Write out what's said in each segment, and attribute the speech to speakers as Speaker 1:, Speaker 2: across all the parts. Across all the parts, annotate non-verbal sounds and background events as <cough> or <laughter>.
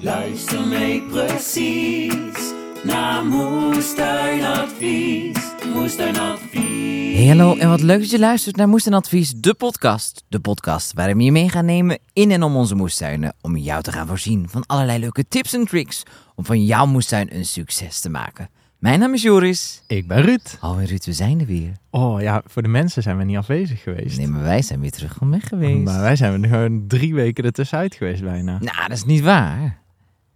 Speaker 1: Luister mee precies naar Moestuinadvies. Moestuinadvies.
Speaker 2: Hey, hallo en wat leuk dat je luistert naar Moest en Advies, de podcast. De podcast waarin we je mee gaan nemen in en om onze moestuinen. Om jou te gaan voorzien van allerlei leuke tips en tricks om van jouw moestuin een succes te maken. Mijn naam is Joris.
Speaker 3: Ik ben Ruud.
Speaker 2: Oh, en Ruud, we zijn er weer.
Speaker 3: Oh ja, voor de mensen zijn we niet afwezig geweest.
Speaker 2: Nee, maar wij zijn weer terug om weg geweest.
Speaker 3: Maar wij zijn er gewoon drie weken ertussenuit geweest bijna.
Speaker 2: Nou, dat is niet waar.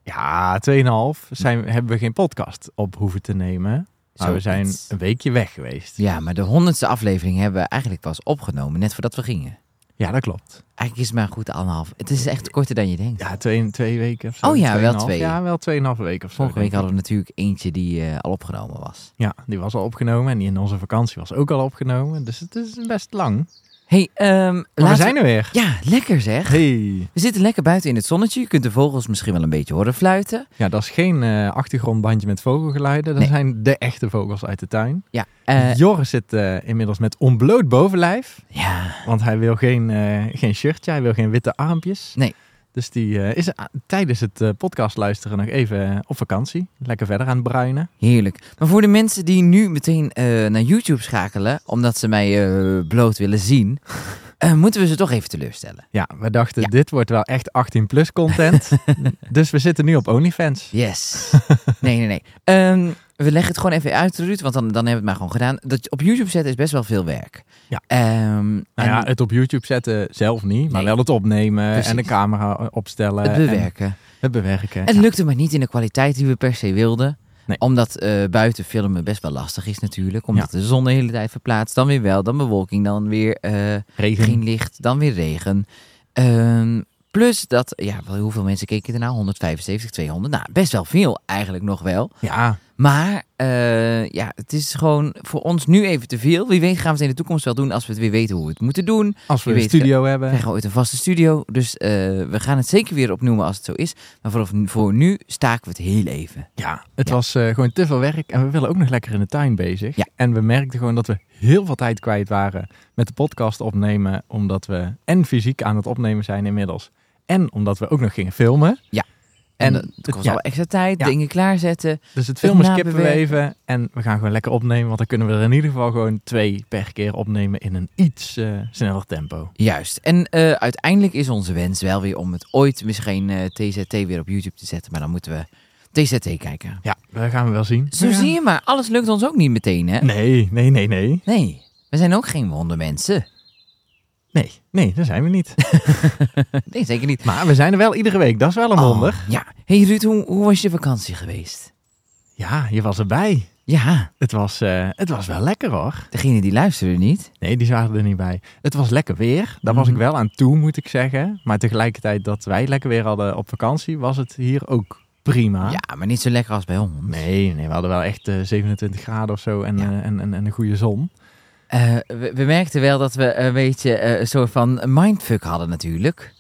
Speaker 3: Ja, tweeënhalf zijn, hebben we geen podcast op hoeven te nemen. Maar we
Speaker 2: Zoiets.
Speaker 3: zijn een weekje weg geweest.
Speaker 2: Ja, maar de honderdste aflevering hebben we eigenlijk pas opgenomen, net voordat we gingen.
Speaker 3: Ja, dat klopt.
Speaker 2: Eigenlijk is het maar goed anderhalf. Het is echt korter dan je denkt.
Speaker 3: Ja, twee, twee weken of zo.
Speaker 2: Oh ja, wel
Speaker 3: Tweeënhalf.
Speaker 2: twee.
Speaker 3: Ja, wel tweeënhalf weken of zo.
Speaker 2: Vorige week
Speaker 3: denk ik.
Speaker 2: hadden we natuurlijk eentje die eh, al opgenomen was.
Speaker 3: Ja, die was al opgenomen en die in onze vakantie was ook al opgenomen. Dus het is best lang. Maar
Speaker 2: hey, ehm,
Speaker 3: Oh, we
Speaker 2: laten
Speaker 3: zijn er weer.
Speaker 2: Ja, lekker zeg.
Speaker 3: Hey.
Speaker 2: We zitten lekker buiten in het zonnetje. Je kunt de vogels misschien wel een beetje horen fluiten.
Speaker 3: Ja, dat is geen eh, achtergrondbandje met vogelgeluiden. Dat
Speaker 2: Nee.
Speaker 3: zijn de echte vogels uit de tuin.
Speaker 2: Ja, eh,
Speaker 3: Joris zit eh, inmiddels met onbloot bovenlijf.
Speaker 2: ja.
Speaker 3: Want hij wil geen, eh, geen shirtje, hij wil geen witte armpjes.
Speaker 2: Nee.
Speaker 3: Dus die eh, is a- tijdens het eh, podcast luisteren nog even eh, op vakantie. Lekker verder aan het bruinen.
Speaker 2: heerlijk. Maar voor de mensen die nu meteen eh, naar YouTube schakelen, omdat ze mij eh, bloot willen zien,
Speaker 3: <laughs>
Speaker 2: eh, moeten we ze toch even teleurstellen.
Speaker 3: Ja, we dachten
Speaker 2: Ja.
Speaker 3: dit wordt wel echt 18 plus
Speaker 2: <laughs>
Speaker 3: content. dus we zitten nu op OnlyFans. <laughs>
Speaker 2: Yes. nee, nee, nee. Ehm, we leggen het gewoon even uit, Ruud, want dan, dan hebben we het maar gewoon gedaan. Dat je op YouTube zetten is best wel veel werk.
Speaker 3: Ja.
Speaker 2: Ehm, en
Speaker 3: Nou ja, het op YouTube zetten zelf niet, maar
Speaker 2: Nee.
Speaker 3: wel het opnemen
Speaker 2: Precies.
Speaker 3: en de camera opstellen.
Speaker 2: het
Speaker 3: eh, En
Speaker 2: bewerken.
Speaker 3: het bewerken.
Speaker 2: Het lukte maar niet in de kwaliteit die we per se wilden.
Speaker 3: Nee.
Speaker 2: Omdat eh, buiten filmen best wel lastig is natuurlijk. Omdat de zon de hele tijd verplaatst. Dan weer wel, dan bewolking, dan weer eh,
Speaker 3: Regen.
Speaker 2: geen licht, dan weer regen. Ehm, plus dat, ja, wel, hoeveel mensen keken ernaar? 175, 200. Nou, best wel veel eigenlijk nog wel.
Speaker 3: Ja,
Speaker 2: Maar eh, ja, het is gewoon voor ons nu even te veel. Wie weet gaan we het in de toekomst wel doen als we het weer weten hoe we het moeten doen.
Speaker 3: als we
Speaker 2: Je
Speaker 3: een
Speaker 2: weet,
Speaker 3: studio hebben.
Speaker 2: We krijgen ooit een vaste studio. Dus eh, we gaan het zeker weer opnoemen als het zo is. Maar voor, voor nu staken we het heel even.
Speaker 3: Ja, het
Speaker 2: Ja.
Speaker 3: was eh, gewoon te veel werk en we willen ook nog lekker in de tuin bezig.
Speaker 2: Ja.
Speaker 3: En we merkten gewoon dat we heel veel tijd kwijt waren met de podcast opnemen, omdat we en fysiek aan het opnemen zijn inmiddels. En omdat we ook nog gingen filmen.
Speaker 2: Ja. En
Speaker 3: En,
Speaker 2: dat het kost
Speaker 3: ja,
Speaker 2: wel extra tijd,
Speaker 3: Ja.
Speaker 2: dingen klaarzetten.
Speaker 3: dus het filmen
Speaker 2: het
Speaker 3: skippen we
Speaker 2: nabewerken.
Speaker 3: even en we gaan gewoon lekker opnemen, want dan kunnen we er in ieder geval gewoon twee per keer opnemen in een iets eh, sneller tempo.
Speaker 2: Juist. En eh, uiteindelijk is onze wens wel weer om het ooit misschien eh, TZT weer op YouTube te zetten. Maar dan moeten we TZT kijken.
Speaker 3: Ja, dat gaan we wel zien.
Speaker 2: Zo
Speaker 3: Ja.
Speaker 2: zie je maar, alles lukt ons ook niet meteen, hè?
Speaker 3: Nee, nee, nee, nee.
Speaker 2: Nee, we zijn ook geen wondermensen.
Speaker 3: Nee, nee, daar zijn we niet.
Speaker 2: Nee, zeker niet.
Speaker 3: maar we zijn er wel iedere week, dat is wel een wonder.
Speaker 2: Oh, ja. hey Ruud, hoe, hoe was je vakantie geweest?
Speaker 3: Ja, je was erbij.
Speaker 2: Ja,
Speaker 3: Het was, eh, het was wel lekker hoor.
Speaker 2: degene die luisterde niet.
Speaker 3: Nee, die zaten er niet bij. Het was lekker weer. Daar was
Speaker 2: Mhm.
Speaker 3: ik wel aan toe, moet ik zeggen. Maar tegelijkertijd dat wij lekker weer hadden op vakantie, was het hier ook prima.
Speaker 2: Ja, maar niet zo lekker als bij ons.
Speaker 3: Nee, nee, we hadden wel echt eh, 27 graden of zo en,
Speaker 2: Ja.
Speaker 3: eh, en, en, en een goede zon.
Speaker 2: Eh, we, we merkten wel dat we een beetje eh, een soort van mindfuck hadden natuurlijk.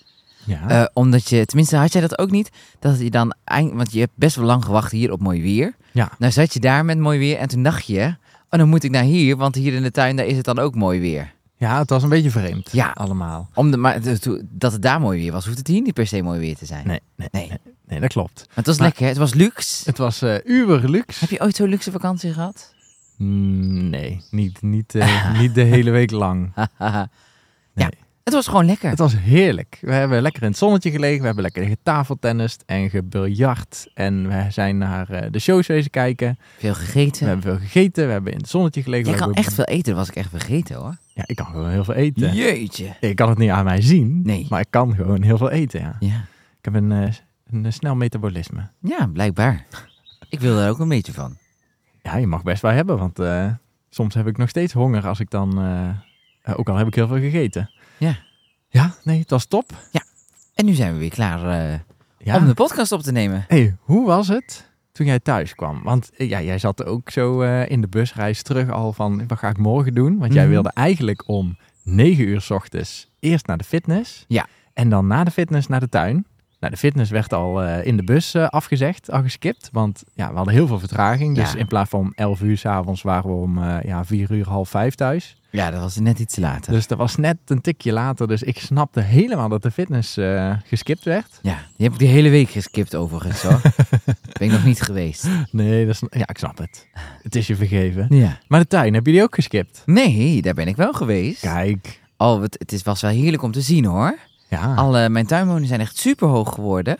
Speaker 3: Ja.
Speaker 2: Eh, omdat je, tenminste had jij dat ook niet, dat je dan, eind, want je hebt best wel lang gewacht hier op mooi weer.
Speaker 3: Ja.
Speaker 2: Nou zat je daar met mooi weer en toen dacht je, oh dan moet ik naar hier, want hier in de tuin daar is het dan ook mooi weer.
Speaker 3: ja, het was een beetje vreemd.
Speaker 2: Ja.
Speaker 3: Allemaal.
Speaker 2: Om de, maar de- to- dat het daar mooi weer was, hoeft het hier niet per se mooi weer te zijn.
Speaker 3: Nee, nee,
Speaker 2: Nee.
Speaker 3: nee. nee, dat klopt.
Speaker 2: Maar het was
Speaker 3: Maar-
Speaker 2: lekker, hè? het was luxe.
Speaker 3: Het was eh uber luxe.
Speaker 2: Heb je ooit zo'n luxe vakantie
Speaker 3: <laughs>
Speaker 2: gehad?
Speaker 3: Mm, Nee, niet, niet, <laughs> eh, niet de hele week lang.
Speaker 2: ja,
Speaker 3: Nee.
Speaker 2: het was gewoon lekker.
Speaker 3: Het was heerlijk. We hebben lekker in het zonnetje gelegen. We hebben lekker getafeltennist en gebiljart. En we zijn naar eh, de shows wezen kijken.
Speaker 2: Veel
Speaker 3: We
Speaker 2: gegeten.
Speaker 3: hebben veel gegeten. We hebben in het zonnetje gelegen.
Speaker 2: Jij
Speaker 3: We
Speaker 2: kan
Speaker 3: hebben-
Speaker 2: echt veel eten, dat was ik echt vergeten hoor.
Speaker 3: Ja, ik kan gewoon heel veel eten.
Speaker 2: Jeetje.
Speaker 3: Ik kan het niet aan mij zien.
Speaker 2: Nee.
Speaker 3: Maar ik kan gewoon heel veel eten, ja.
Speaker 2: Ja.
Speaker 3: Ik heb een, eh, een eh, snel metabolisme.
Speaker 2: Ja, blijkbaar. Ik wil daar ook een beetje van.
Speaker 3: Ja, je mag best wel hebben. Want eh, soms heb ik nog steeds honger als ik dan... eh, eh, ook al heb ik heel veel gegeten.
Speaker 2: Ja.
Speaker 3: Ja, nee, het was top.
Speaker 2: En nu zijn we weer klaar eh,
Speaker 3: Ja.
Speaker 2: om de podcast op te nemen.
Speaker 3: hey, hoe was het toen jij thuis kwam? Want eh, ja, jij zat ook zo eh, in de busreis terug al van, wat ga ik morgen doen? Want jij
Speaker 2: Mhm.
Speaker 3: wilde eigenlijk om negen uur s ochtends eerst naar de fitness.
Speaker 2: Ja.
Speaker 3: En dan na de fitness naar de tuin. Nou, de fitness werd al eh, in de bus eh, afgezegd, al geskipt. Want ja, we hadden heel veel vertraging. Dus
Speaker 2: Ja.
Speaker 3: in plaats van om 11 uur s'avonds waren we om eh, ja, 4 uur, half 5 thuis.
Speaker 2: Ja, dat was net iets later.
Speaker 3: Dus dat was net een tikje later. Dus ik snapte helemaal dat de fitness eh, geskipt werd.
Speaker 2: Ja, die heb ik de hele week geskipt overigens <laughs> hoor. ben ik nog niet geweest.
Speaker 3: Nee, dat is, ja, ik snap het. Het is je vergeven.
Speaker 2: Ja.
Speaker 3: Maar de tuin, hebben jullie ook geskipt?
Speaker 2: Nee, daar ben ik wel geweest.
Speaker 3: Kijk.
Speaker 2: Oh, het, het is, was wel heerlijk om te zien hoor.
Speaker 3: Ja.
Speaker 2: Alle, mijn tuinwoningen zijn echt super hoog geworden.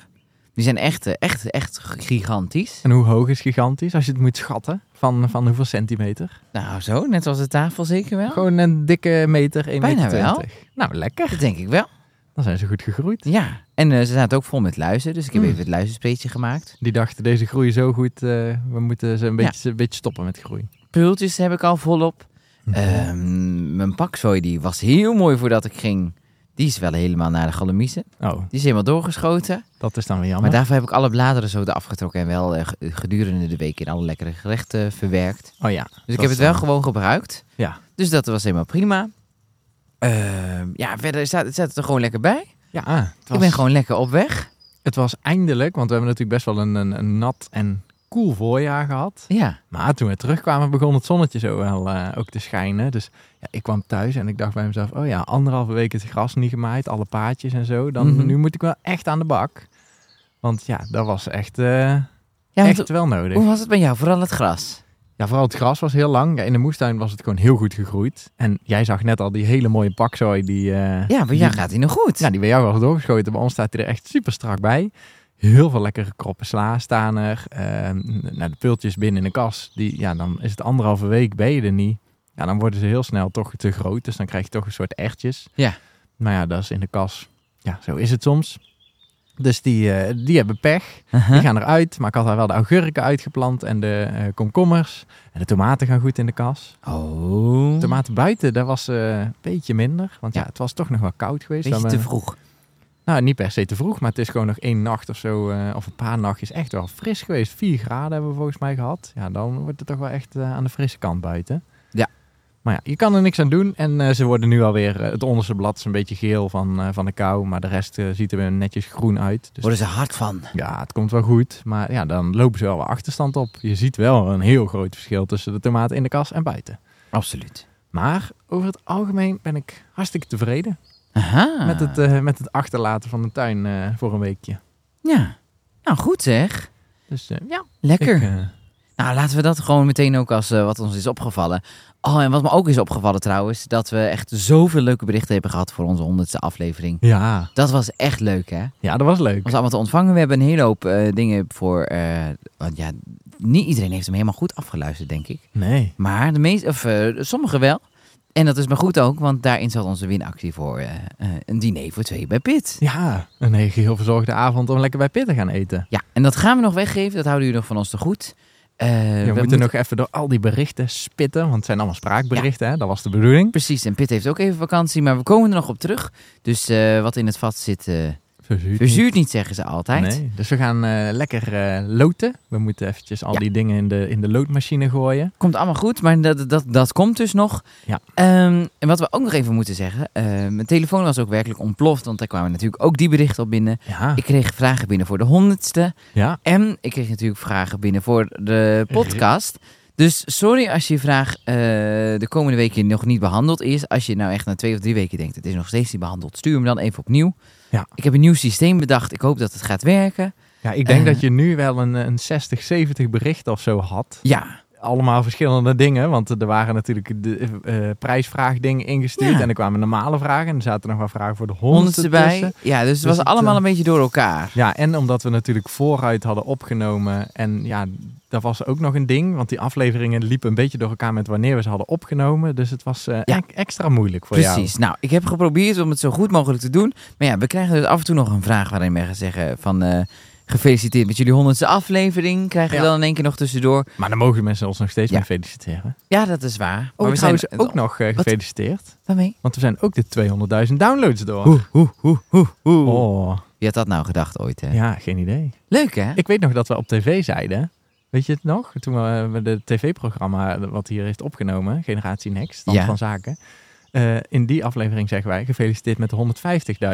Speaker 2: Die zijn echt, eh, echt, echt gigantisch.
Speaker 3: En hoe hoog is gigantisch als je het moet schatten? Van, van hoeveel centimeter?
Speaker 2: Nou zo, net als de tafel zeker wel.
Speaker 3: Oh. Gewoon een dikke meter, 1,20
Speaker 2: Bijna
Speaker 3: meter.
Speaker 2: wel.
Speaker 3: Nou, lekker.
Speaker 2: Dat denk ik wel.
Speaker 3: Dan zijn ze goed gegroeid.
Speaker 2: Ja. En eh, ze zaten ook vol met luizen, dus ik heb
Speaker 3: Mm.
Speaker 2: even het luizenspeetje gemaakt.
Speaker 3: Die dachten, deze groeien zo goed, eh, we moeten ze een
Speaker 2: Ja.
Speaker 3: beetje, een beetje stoppen met groei.
Speaker 2: Pultjes heb ik al volop.
Speaker 3: Mhm.
Speaker 2: Ehm, mijn pakzooi die was heel mooi voordat ik ging. Die is wel helemaal naar de galamiezen.
Speaker 3: Oh,
Speaker 2: Die is helemaal doorgeschoten.
Speaker 3: dat is dan weer jammer.
Speaker 2: Maar daarvoor heb ik alle bladeren zo eraf getrokken en wel eh, ge- gedurende de week in alle lekkere gerechten verwerkt.
Speaker 3: Oh ja.
Speaker 2: Dus ik heb het wel gewoon gebruikt.
Speaker 3: Ja.
Speaker 2: Dus dat was helemaal prima. Ehm, ja, verder staat, het staat het er gewoon lekker bij.
Speaker 3: Ja, Ah, het was,
Speaker 2: Ik ben gewoon lekker op weg.
Speaker 3: het was eindelijk, want we hebben natuurlijk best wel een, een, een nat en koel voorjaar gehad.
Speaker 2: Ja.
Speaker 3: Maar toen we terugkwamen begon het zonnetje zo wel eh, ook te schijnen. Dus ja, ik kwam thuis en ik dacht bij mezelf, oh ja, anderhalve week het gras niet gemaaid, alle paadjes en zo. Dan,
Speaker 2: Mhm.
Speaker 3: Nu moet ik wel echt aan de bak. Want ja, dat was echt, eh,
Speaker 2: ja want
Speaker 3: echt wel nodig.
Speaker 2: hoe was het bij jou? Vooral het gras.
Speaker 3: Ja, vooral het gras was heel lang. Ja, in de moestuin was het gewoon heel goed gegroeid. En jij zag net al die hele mooie pakzooi die... eh,
Speaker 2: Ja, bij
Speaker 3: die-
Speaker 2: jou gaat hij nog goed.
Speaker 3: Ja, die bij jou was doorgeschoten. Bij ons staat hij er echt super strak bij. Heel veel lekkere kroppen sla staan er. Ehm, nou, de pultjes binnen in de kas. Die, ja, dan is het anderhalve week ben je er niet. Ja, dan worden ze heel snel toch te groot. Dus dan krijg je toch een soort ertjes.
Speaker 2: Ja.
Speaker 3: Maar ja, dat is in de kas. Ja, zo is het soms. Dus die, eh, die hebben pech.
Speaker 2: Uh-huh.
Speaker 3: Die gaan eruit, maar ik had daar wel de augurken uitgeplant en de eh, komkommers. En de tomaten gaan goed in de kas.
Speaker 2: Oh.
Speaker 3: De tomaten buiten, dat was eh, een beetje minder. Want ja.
Speaker 2: Ja.
Speaker 3: het was toch nog wel koud geweest.
Speaker 2: Beetje
Speaker 3: Dan,
Speaker 2: te
Speaker 3: eh,
Speaker 2: vroeg.
Speaker 3: Nou, niet per se te vroeg, maar het is gewoon nog één nacht of zo. eh, of een paar nachtjes echt wel fris geweest. 4 graden hebben we volgens mij gehad. Ja, dan wordt het toch wel echt eh, aan de frisse kant buiten.
Speaker 2: Ja.
Speaker 3: Maar ja, je kan er niks aan doen. En eh, ze worden nu alweer, eh, het onderste blad is een beetje geel van, eh, van de kou. Maar de rest eh, ziet er weer netjes groen uit. Dus
Speaker 2: Worden ze hard van.
Speaker 3: ja, het komt wel goed, maar ja, dan lopen ze wel wat achterstand op. Je ziet wel een heel groot verschil tussen de tomaten in de kas en buiten.
Speaker 2: Absoluut.
Speaker 3: Maar over het algemeen ben ik hartstikke tevreden
Speaker 2: Aha.
Speaker 3: met, het, eh, met het achterlaten van de tuin eh, voor een weekje.
Speaker 2: Ja. Nou, goed zeg.
Speaker 3: Dus eh, ja,
Speaker 2: Lekker.
Speaker 3: ik, eh,
Speaker 2: Nou, laten we dat gewoon meteen ook als eh, wat ons is opgevallen. Oh, en wat me ook is opgevallen trouwens, dat we echt zoveel leuke berichten hebben gehad voor onze honderdste aflevering.
Speaker 3: ja,
Speaker 2: Dat was echt leuk, hè?
Speaker 3: ja, dat was leuk.
Speaker 2: was allemaal te ontvangen. We hebben een hele hoop eh, dingen voor. eh, want ja, niet iedereen heeft hem helemaal goed afgeluisterd, denk ik.
Speaker 3: Nee.
Speaker 2: Maar de meeste, of eh, sommigen wel. En dat is maar goed ook, want daarin zat onze winactie voor eh, eh, een diner voor twee bij Pit.
Speaker 3: Ja, een heel geheel verzorgde avond om lekker bij Pit te gaan eten. Eh,
Speaker 2: Ja, en dat gaan we nog weggeven. Dat houden jullie nog van ons te goed. Eh,
Speaker 3: we moeten nog even door al die berichten spitten, want het zijn allemaal spraakberichten, hè? dat was de bedoeling.
Speaker 2: Precies, en Pit heeft ook even vakantie, maar we komen er nog op terug. Dus eh, wat in het vat zit, eh
Speaker 3: Verzuurd.
Speaker 2: verzuurt niet, zeggen ze altijd.
Speaker 3: Nee, dus we gaan eh, lekker eh, loten. We moeten eventjes al
Speaker 2: Ja.
Speaker 3: die dingen in de, in de loodmachine gooien.
Speaker 2: Komt allemaal goed, maar dat, dat, dat komt dus nog.
Speaker 3: Ja.
Speaker 2: Ehm, en wat we ook nog even moeten zeggen. eh, mijn telefoon was ook werkelijk ontploft, want daar kwamen natuurlijk ook die berichten op binnen.
Speaker 3: Ja,
Speaker 2: Ik kreeg vragen binnen voor de honderdste.
Speaker 3: ja.
Speaker 2: En ik kreeg natuurlijk vragen binnen voor de podcast. Dus sorry als je vraag eh, de komende weken nog niet behandeld is. Als je nou echt na twee of drie weken denkt, het is nog steeds niet behandeld. Stuur hem dan even opnieuw.
Speaker 3: Ja.
Speaker 2: Ik heb een nieuw systeem bedacht. Ik hoop dat het gaat werken.
Speaker 3: ja ik denk
Speaker 2: Eh.
Speaker 3: dat je nu wel een, een 60, 70 berichten of zo had.
Speaker 2: Ja,
Speaker 3: Allemaal verschillende dingen, want er waren natuurlijk de eh, prijsvraagdingen ingestuurd.
Speaker 2: Ja.
Speaker 3: En er kwamen normale vragen en er zaten nog wel vragen voor de honderdste
Speaker 2: honderdste bij.
Speaker 3: tussen.
Speaker 2: Ja, dus het
Speaker 3: Dus
Speaker 2: was
Speaker 3: het,
Speaker 2: allemaal
Speaker 3: eh,
Speaker 2: een beetje door elkaar.
Speaker 3: Ja, en omdat we natuurlijk vooruit hadden opgenomen. En ja, dat was ook nog een ding, want die afleveringen liepen een beetje door elkaar met wanneer we ze hadden opgenomen. Dus het was eh,
Speaker 2: Ja.
Speaker 3: e- extra moeilijk voor jou.
Speaker 2: Precies. Nou, ik heb geprobeerd om het zo goed mogelijk te doen. Maar ja, we krijgen dus af en toe nog een vraag waarin we gaan zeggen van... eh, gefeliciteerd met jullie honderdste aflevering. Krijgen we
Speaker 3: Ja.
Speaker 2: dan in één keer nog tussendoor.
Speaker 3: Maar dan mogen mensen ons nog steeds
Speaker 2: Ja.
Speaker 3: mee feliciteren.
Speaker 2: Ja, dat is waar.
Speaker 3: Oh,
Speaker 2: maar we
Speaker 3: trouwens
Speaker 2: zijn
Speaker 3: ook nog eh, gefeliciteerd.
Speaker 2: Waarmee?
Speaker 3: Want we zijn ook de 200.000 downloads door. Oh,
Speaker 2: Wie had dat nou gedacht ooit, hè?
Speaker 3: ja, geen idee.
Speaker 2: Leuk, hè?
Speaker 3: Ik weet nog dat we op tv zeiden. Weet je het nog? Toen we eh, we de tv-programma wat hier heeft opgenomen, Generatie Next, stand
Speaker 2: Ja.
Speaker 3: van zaken. eh, in die aflevering zeggen wij, gefeliciteerd met de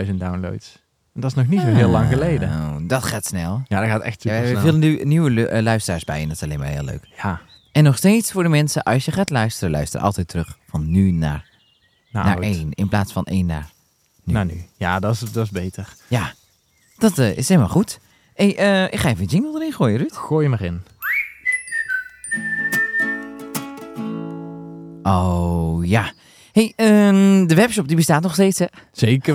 Speaker 3: 150.000 downloads. En dat is nog niet zo heel lang geleden.
Speaker 2: Oh, dat gaat snel.
Speaker 3: Ja, dat gaat echt
Speaker 2: Ja, we
Speaker 3: super
Speaker 2: hebben veel nieuw- nieuwe lu- eh, luisteraars bij en dat is alleen maar heel leuk.
Speaker 3: Ja,
Speaker 2: En nog steeds voor de mensen, als je gaat luisteren, luister altijd terug van nu naar,
Speaker 3: nou,
Speaker 2: naar
Speaker 3: het-
Speaker 2: één. In plaats van één naar. nu.
Speaker 3: Nou, nu. Ja, dat is, dat is beter.
Speaker 2: Ja, dat eh, is helemaal goed. Hey, eh, ik ga even een jingle erin gooien, Ruud.
Speaker 3: Gooi hem erin.
Speaker 2: Oh ja. Hey, ehm, de webshop die bestaat nog steeds. hè.
Speaker 3: Zeker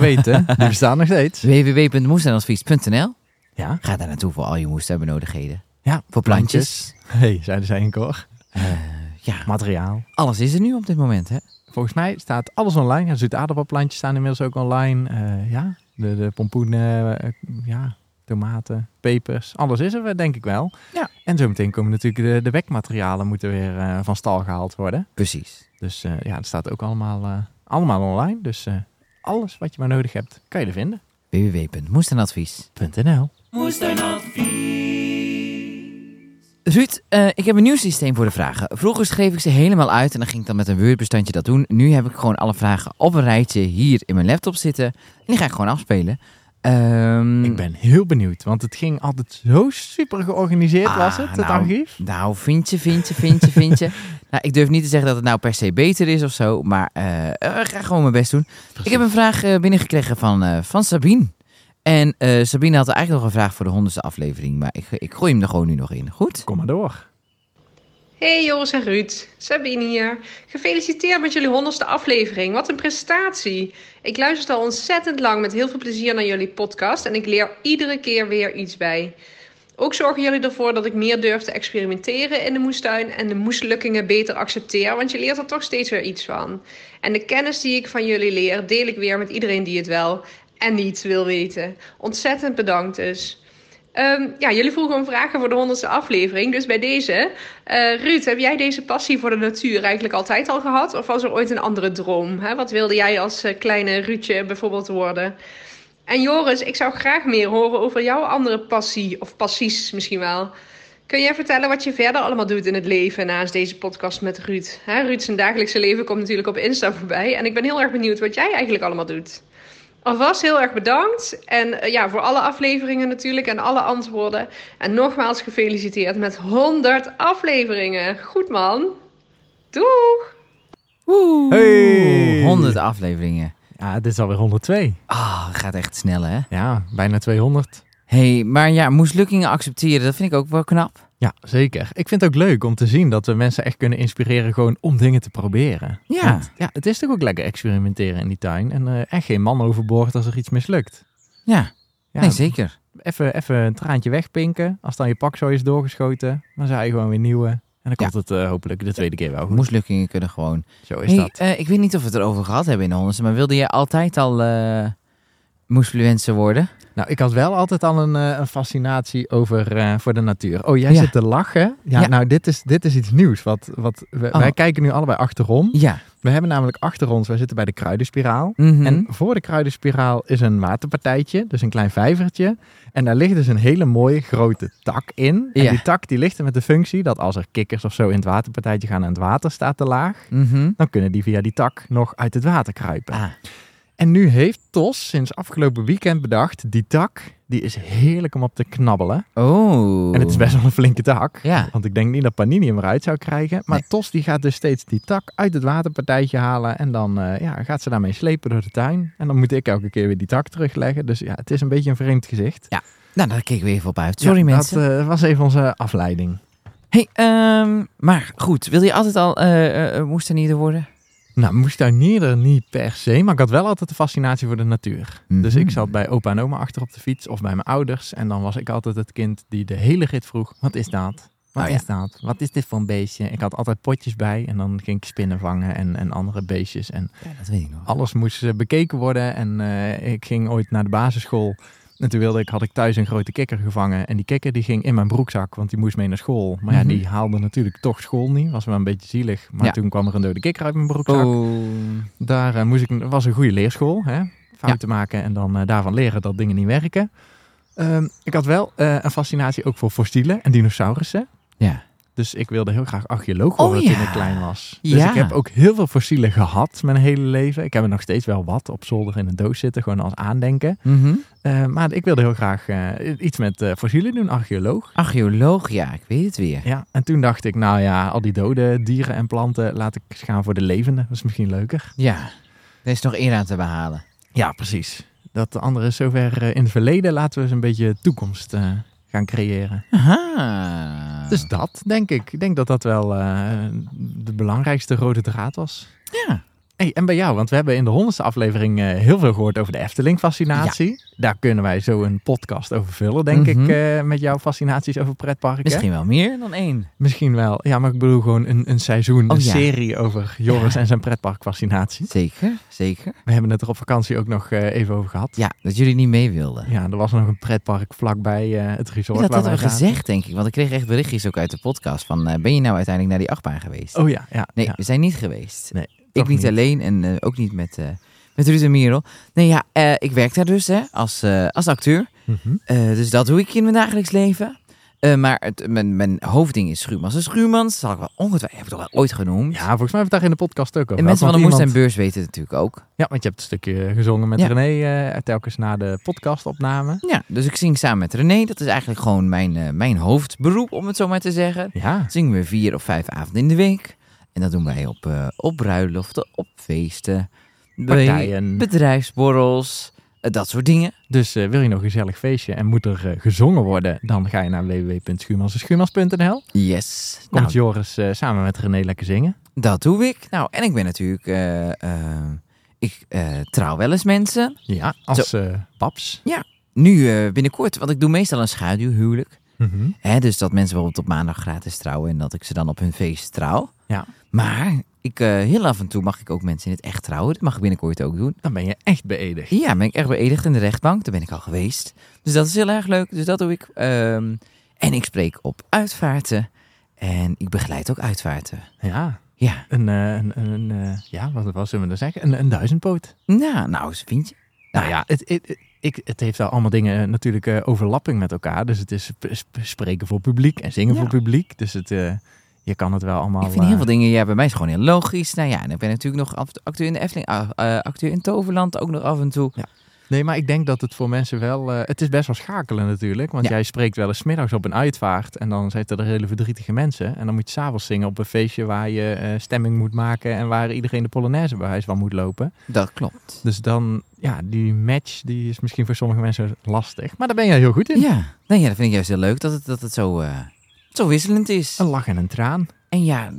Speaker 2: <laughs>
Speaker 3: weten. Die bestaan nog steeds.
Speaker 2: www.moestuinadvies.nl
Speaker 3: Ja.
Speaker 2: Ga daar naartoe voor al je moestuinbenodigdheden.
Speaker 3: Ja,
Speaker 2: Voor plantjes.
Speaker 3: Hey, zeiden zij een koor.
Speaker 2: Eh, Ja,
Speaker 3: Materiaal.
Speaker 2: alles is er nu op dit moment, hè?
Speaker 3: Volgens mij staat alles online. Ja, Zuid-aardappelplantjes staan inmiddels ook online. Eh, ja, de, de pompoenen, eh, ja, tomaten, pepers. Alles is er, eh, denk ik wel.
Speaker 2: Ja.
Speaker 3: En zometeen komen natuurlijk de, de wekmaterialen moeten weer eh, van stal gehaald worden.
Speaker 2: Precies.
Speaker 3: Dus eh, ja, het staat ook allemaal, eh, allemaal online. Dus eh, alles wat je maar nodig hebt, kan je er vinden.
Speaker 2: www.moestuinadvies.
Speaker 3: .nl
Speaker 2: Ruud, eh, ik heb een nieuw systeem voor de vragen. Vroeger schreef ik ze helemaal uit en dan ging ik dan met een Word-bestandje dat doen. Nu heb ik gewoon alle vragen op een rijtje hier in mijn laptop zitten. En die ga ik gewoon afspelen. Ehm,
Speaker 3: Ik ben heel benieuwd, want het ging altijd zo super georganiseerd
Speaker 2: Ah,
Speaker 3: was het, het
Speaker 2: nou,
Speaker 3: archief.
Speaker 2: Nou, vind je, vind je, vind je, vind
Speaker 3: <laughs>
Speaker 2: je. nou, ik durf niet te zeggen dat het nou per se beter is of zo, maar eh, eh, ik ga gewoon mijn best doen. Ik heb een vraag eh, binnengekregen van, eh, van Sabine. En eh, Sabine had eigenlijk nog een vraag voor de honderdste aflevering, maar ik, ik gooi hem er gewoon nu nog in. Goed?
Speaker 3: Kom maar door.
Speaker 4: Hey Joris en Ruud, Sabine hier. Gefeliciteerd met jullie honderdste aflevering. Wat een prestatie. Ik luister al ontzettend lang met heel veel plezier naar jullie podcast en ik leer iedere keer weer iets bij. Ook zorgen jullie ervoor dat ik meer durf te experimenteren in de moestuin en de moeslukkingen beter accepteer, want je leert er toch steeds weer iets van. En de kennis die ik van jullie leer, deel ik weer met iedereen die het wel en niet wil weten. Ontzettend bedankt dus. Ehm, ja, jullie vroegen om vragen voor de honderdste aflevering. Dus bij deze. Eh, Ruud, heb jij deze passie voor de natuur eigenlijk altijd al gehad? Of was er ooit een andere droom? Hè? Wat wilde jij als eh, kleine Ruudje bijvoorbeeld worden? En Joris, ik zou graag meer horen over jouw andere passie. Of passies misschien wel. Kun jij vertellen wat je verder allemaal doet in het leven naast deze podcast met Ruud? Hè, Ruud zijn dagelijkse leven komt natuurlijk op Insta voorbij. En ik ben heel erg benieuwd wat jij eigenlijk allemaal doet. Alvast heel erg bedankt. En eh, ja, voor alle afleveringen natuurlijk en alle antwoorden. En nogmaals gefeliciteerd met 100 afleveringen. Goed man. Doeg!
Speaker 2: Woe!
Speaker 3: Hey!
Speaker 2: 100 afleveringen.
Speaker 3: Ja, Ah, dit is alweer 102.
Speaker 2: Ah, het gaat echt snel, hè?
Speaker 3: Ja, bijna 200.
Speaker 2: hey, maar ja, moeslukkingen accepteren, dat vind ik ook wel knap.
Speaker 3: Ja, zeker. Ik vind het ook leuk om te zien dat we mensen echt kunnen inspireren gewoon om dingen te proberen.
Speaker 2: Ja.
Speaker 3: Want, ja het is toch ook lekker experimenteren in die tuin en eh, echt geen man overboord als er iets mislukt.
Speaker 2: Ja,
Speaker 3: Ja,
Speaker 2: nee, zeker.
Speaker 3: Even, even een traantje wegpinken. Als dan je pak zo is doorgeschoten, dan zaai je gewoon weer nieuwe. En dan komt het eh, hopelijk de tweede keer wel goed.
Speaker 2: Moeslukkingen kunnen gewoon
Speaker 3: Zo is
Speaker 2: Hey,
Speaker 3: dat.
Speaker 2: eh, ik weet niet of we het erover gehad hebben in de honderdste, maar wilde jij altijd al eh moesfluencer worden?
Speaker 3: Nou, ik had wel altijd al een, eh, een fascinatie over eh, voor de natuur. Oh, jij
Speaker 2: Ja.
Speaker 3: zit te lachen. Ja,
Speaker 2: Ja.
Speaker 3: nou, dit is, dit is iets nieuws. Wat, wat, we-
Speaker 2: Oh.
Speaker 3: Wij kijken nu allebei achterom.
Speaker 2: Ja.
Speaker 3: We hebben namelijk achter ons, wij zitten bij de kruidenspiraal. En
Speaker 2: En?
Speaker 3: voor de kruidenspiraal is een waterpartijtje, dus een klein vijvertje. En daar ligt dus een hele mooie grote tak in. En
Speaker 2: Ja.
Speaker 3: die tak die ligt er met de functie dat als er kikkers of zo in het waterpartijtje gaan en het water staat te laag,
Speaker 2: Mhm.
Speaker 3: dan kunnen die via die tak nog uit het water kruipen.
Speaker 2: Ah,
Speaker 3: En nu heeft Tos sinds afgelopen weekend bedacht, die tak, die is heerlijk om op te knabbelen.
Speaker 2: oh.
Speaker 3: En het is best wel een flinke tak.
Speaker 2: Ja.
Speaker 3: Want ik denk niet dat Panini hem eruit zou krijgen. Maar
Speaker 2: Nee.
Speaker 3: Tos die gaat dus steeds die tak uit het waterpartijtje halen. En dan eh, ja, gaat ze daarmee slepen door de tuin. En dan moet ik elke keer weer die tak terugleggen. Dus ja, het is een beetje een vreemd gezicht.
Speaker 2: Nou, daar keken we even op uit. Sorry
Speaker 3: Ja,
Speaker 2: mensen.
Speaker 3: Dat eh, was even onze afleiding.
Speaker 2: hey, ehm, maar goed, wilde je altijd al eh eh moestuinier worden?
Speaker 3: Nou, moestuinier niet per se, maar ik had wel altijd de fascinatie voor de natuur. Dus
Speaker 2: Mhm.
Speaker 3: ik zat bij opa en oma achter op de fiets of bij mijn ouders. En dan was ik altijd het kind die de hele rit vroeg, wat is dat? Wat
Speaker 2: Oh ja.
Speaker 3: is dat? Wat is dit voor een beestje? Ik had altijd potjes bij en dan ging ik spinnen vangen en, en andere beestjes. En
Speaker 2: Ja, dat weet ik nog.
Speaker 3: alles moest eh, bekeken worden. En eh, ik ging ooit naar de basisschool. En toen wilde ik, had ik thuis een grote kikker gevangen. En die kikker die ging in mijn broekzak, want die moest mee naar school. Maar
Speaker 2: Mhm.
Speaker 3: ja, die haalde natuurlijk toch school niet. Was wel een beetje zielig. Maar
Speaker 2: Ja.
Speaker 3: toen kwam er een dode kikker uit mijn broekzak.
Speaker 2: Oh.
Speaker 3: Daar eh, moest ik, het was een goede leerschool. Hè? Fouten maken en dan eh, daarvan leren dat dingen niet werken. Ehm, ik had wel eh, een fascinatie ook voor fossielen en dinosaurussen.
Speaker 2: Ja.
Speaker 3: Dus ik wilde heel graag archeoloog worden
Speaker 2: Oh,
Speaker 3: toen
Speaker 2: ja.
Speaker 3: ik klein was. Dus
Speaker 2: Ja.
Speaker 3: ik heb ook heel veel fossielen gehad mijn hele leven. Ik heb er nog steeds wel wat op zolder in een doos zitten, gewoon als aandenken.
Speaker 2: Mhm.
Speaker 3: Eh, maar ik wilde heel graag eh, iets met eh, fossielen doen, archeoloog.
Speaker 2: Archeoloog, ja, ik weet het weer.
Speaker 3: Ja, en toen dacht ik, nou ja, al die dode dieren en planten laat ik eens gaan voor de levende. Dat is misschien leuker.
Speaker 2: Ja, er is nog eer aan te behalen.
Speaker 3: Ja, precies. Dat de andere is zover eh, in het verleden. Laten we eens een beetje toekomst eh, gaan creëren.
Speaker 2: Aha.
Speaker 3: Dus dat, denk ik. Ik denk dat dat wel eh, de belangrijkste rode draad was.
Speaker 2: Ja.
Speaker 3: Hey, en bij jou, want we hebben in de honderdste aflevering eh, heel veel gehoord over de Efteling-fascinatie. Daar kunnen wij zo een podcast over vullen, denk
Speaker 2: Mhm.
Speaker 3: ik, eh, met jouw fascinaties over pretparken.
Speaker 2: Misschien wel meer dan één.
Speaker 3: Misschien wel. Ja, maar ik bedoel gewoon een, een seizoen,
Speaker 2: Oh,
Speaker 3: een
Speaker 2: ja.
Speaker 3: serie over Joris en zijn pretparkfascinatie.
Speaker 2: Zeker, zeker.
Speaker 3: We hebben het er op vakantie ook nog eh, even over gehad.
Speaker 2: Ja, dat jullie niet mee wilden.
Speaker 3: Ja, er was nog een pretpark vlakbij eh, het
Speaker 2: Dat
Speaker 3: resort
Speaker 2: dat
Speaker 3: waar
Speaker 2: hadden we
Speaker 3: wij zaten.
Speaker 2: gezegd, denk ik. Want ik kreeg echt berichtjes ook uit de podcast van... eh, ben je nou uiteindelijk naar die achtbaan geweest?
Speaker 3: Oh ja, ja.
Speaker 2: nee,
Speaker 3: ja.
Speaker 2: we zijn niet geweest.
Speaker 3: Nee,
Speaker 2: ik
Speaker 3: toch
Speaker 2: niet,
Speaker 3: niet.
Speaker 2: alleen en eh, ook niet met, eh met Ruud en Merel. Nee, ja, eh, ik werk daar dus hè, als, eh, als acteur.
Speaker 3: Mhm.
Speaker 2: Eh, dus dat doe ik in mijn dagelijks leven. Eh, maar het, mijn, mijn hoofdding is Schuurmans en Schuurmans. Dat had ik wel ongetwijfeld heb ik toch wel ooit genoemd.
Speaker 3: Ja, volgens mij hebben we het daar in de podcast ook over.
Speaker 2: en mensen van
Speaker 3: gehad,
Speaker 2: de Moest
Speaker 3: want
Speaker 2: en Beurs
Speaker 3: iemand-
Speaker 2: weten het natuurlijk ook.
Speaker 3: Ja, want je hebt een stukje eh, gezongen met
Speaker 2: Ja.
Speaker 3: René eh telkens na de podcastopname.
Speaker 2: Ja, dus ik zing samen met René. Dat is eigenlijk gewoon mijn, eh, mijn hoofdberoep, om het zo maar te zeggen.
Speaker 3: Ja.
Speaker 2: Zingen we vier of vijf avonden in de week. En dat doen wij op, eh, op bruiloften, op feesten, bij
Speaker 3: Partijen.
Speaker 2: bedrijfsborrels, eh, dat soort dingen.
Speaker 3: Dus eh, wil je nog een gezellig feestje en moet er eh, gezongen worden, dan ga je naar www.schuurmansenschuurmans.nl.
Speaker 2: Yes.
Speaker 3: Komt
Speaker 2: Nou,
Speaker 3: Joris eh, samen met René lekker zingen.
Speaker 2: dat doe ik. Nou, en ik ben natuurlijk... eh, eh, ik eh, trouw wel eens mensen.
Speaker 3: Ja, als eh paps.
Speaker 2: Nu eh, binnenkort, want ik doe meestal een schaduwhuwelijk.
Speaker 3: Mhm.
Speaker 2: Hè, dus dat mensen bijvoorbeeld op maandag gratis trouwen en dat ik ze dan op hun feest trouw.
Speaker 3: Ja.
Speaker 2: Maar ik, eh, heel af en toe mag ik ook mensen in het echt trouwen. Dat mag ik binnenkort ook doen.
Speaker 3: Dan ben je echt beëdigd.
Speaker 2: Ja, ben ik echt beëdigd in de rechtbank. Daar ben ik al geweest. Dus dat is heel erg leuk. Dus dat doe ik. Ehm, en ik spreek op uitvaarten. En ik begeleid ook uitvaarten.
Speaker 3: Ja,
Speaker 2: Ja,
Speaker 3: een, eh, een, een, een, eh, ja wat, wat zullen we dan zeggen? Een, een duizendpoot.
Speaker 2: nou, nou, vind je?
Speaker 3: Nou ja, het, het, het- ik, het heeft wel allemaal dingen eh, natuurlijk eh, overlapping met elkaar. Dus het is sp- sp- spreken voor publiek en zingen
Speaker 2: Ja.
Speaker 3: voor publiek. Dus het, eh, je kan het wel allemaal...
Speaker 2: Ik vind heel
Speaker 3: eh,
Speaker 2: veel dingen, ja, bij mij is het gewoon heel logisch. Nou ja, en ik ben natuurlijk nog af- acteur in de Efteling, ah, eh, acteur in Toverland ook nog af en toe.
Speaker 3: Nee, maar ik denk dat het voor mensen wel... eh, het is best wel schakelen natuurlijk. Want
Speaker 2: Ja.
Speaker 3: jij spreekt wel eens 's middags op een uitvaart. En dan zitten er hele verdrietige mensen. En dan moet je s'avonds zingen op een feestje waar je eh, stemming moet maken. En waar iedereen de Polonaise bij huis van moet lopen.
Speaker 2: Dat klopt.
Speaker 3: Dus dan, ja, die match die is misschien voor sommige mensen lastig. Maar daar ben je heel goed in.
Speaker 2: Ja, nee, ja, dat vind ik juist heel leuk dat het, dat het zo, eh, zo wisselend is.
Speaker 3: Een lach en een traan.
Speaker 2: En ja,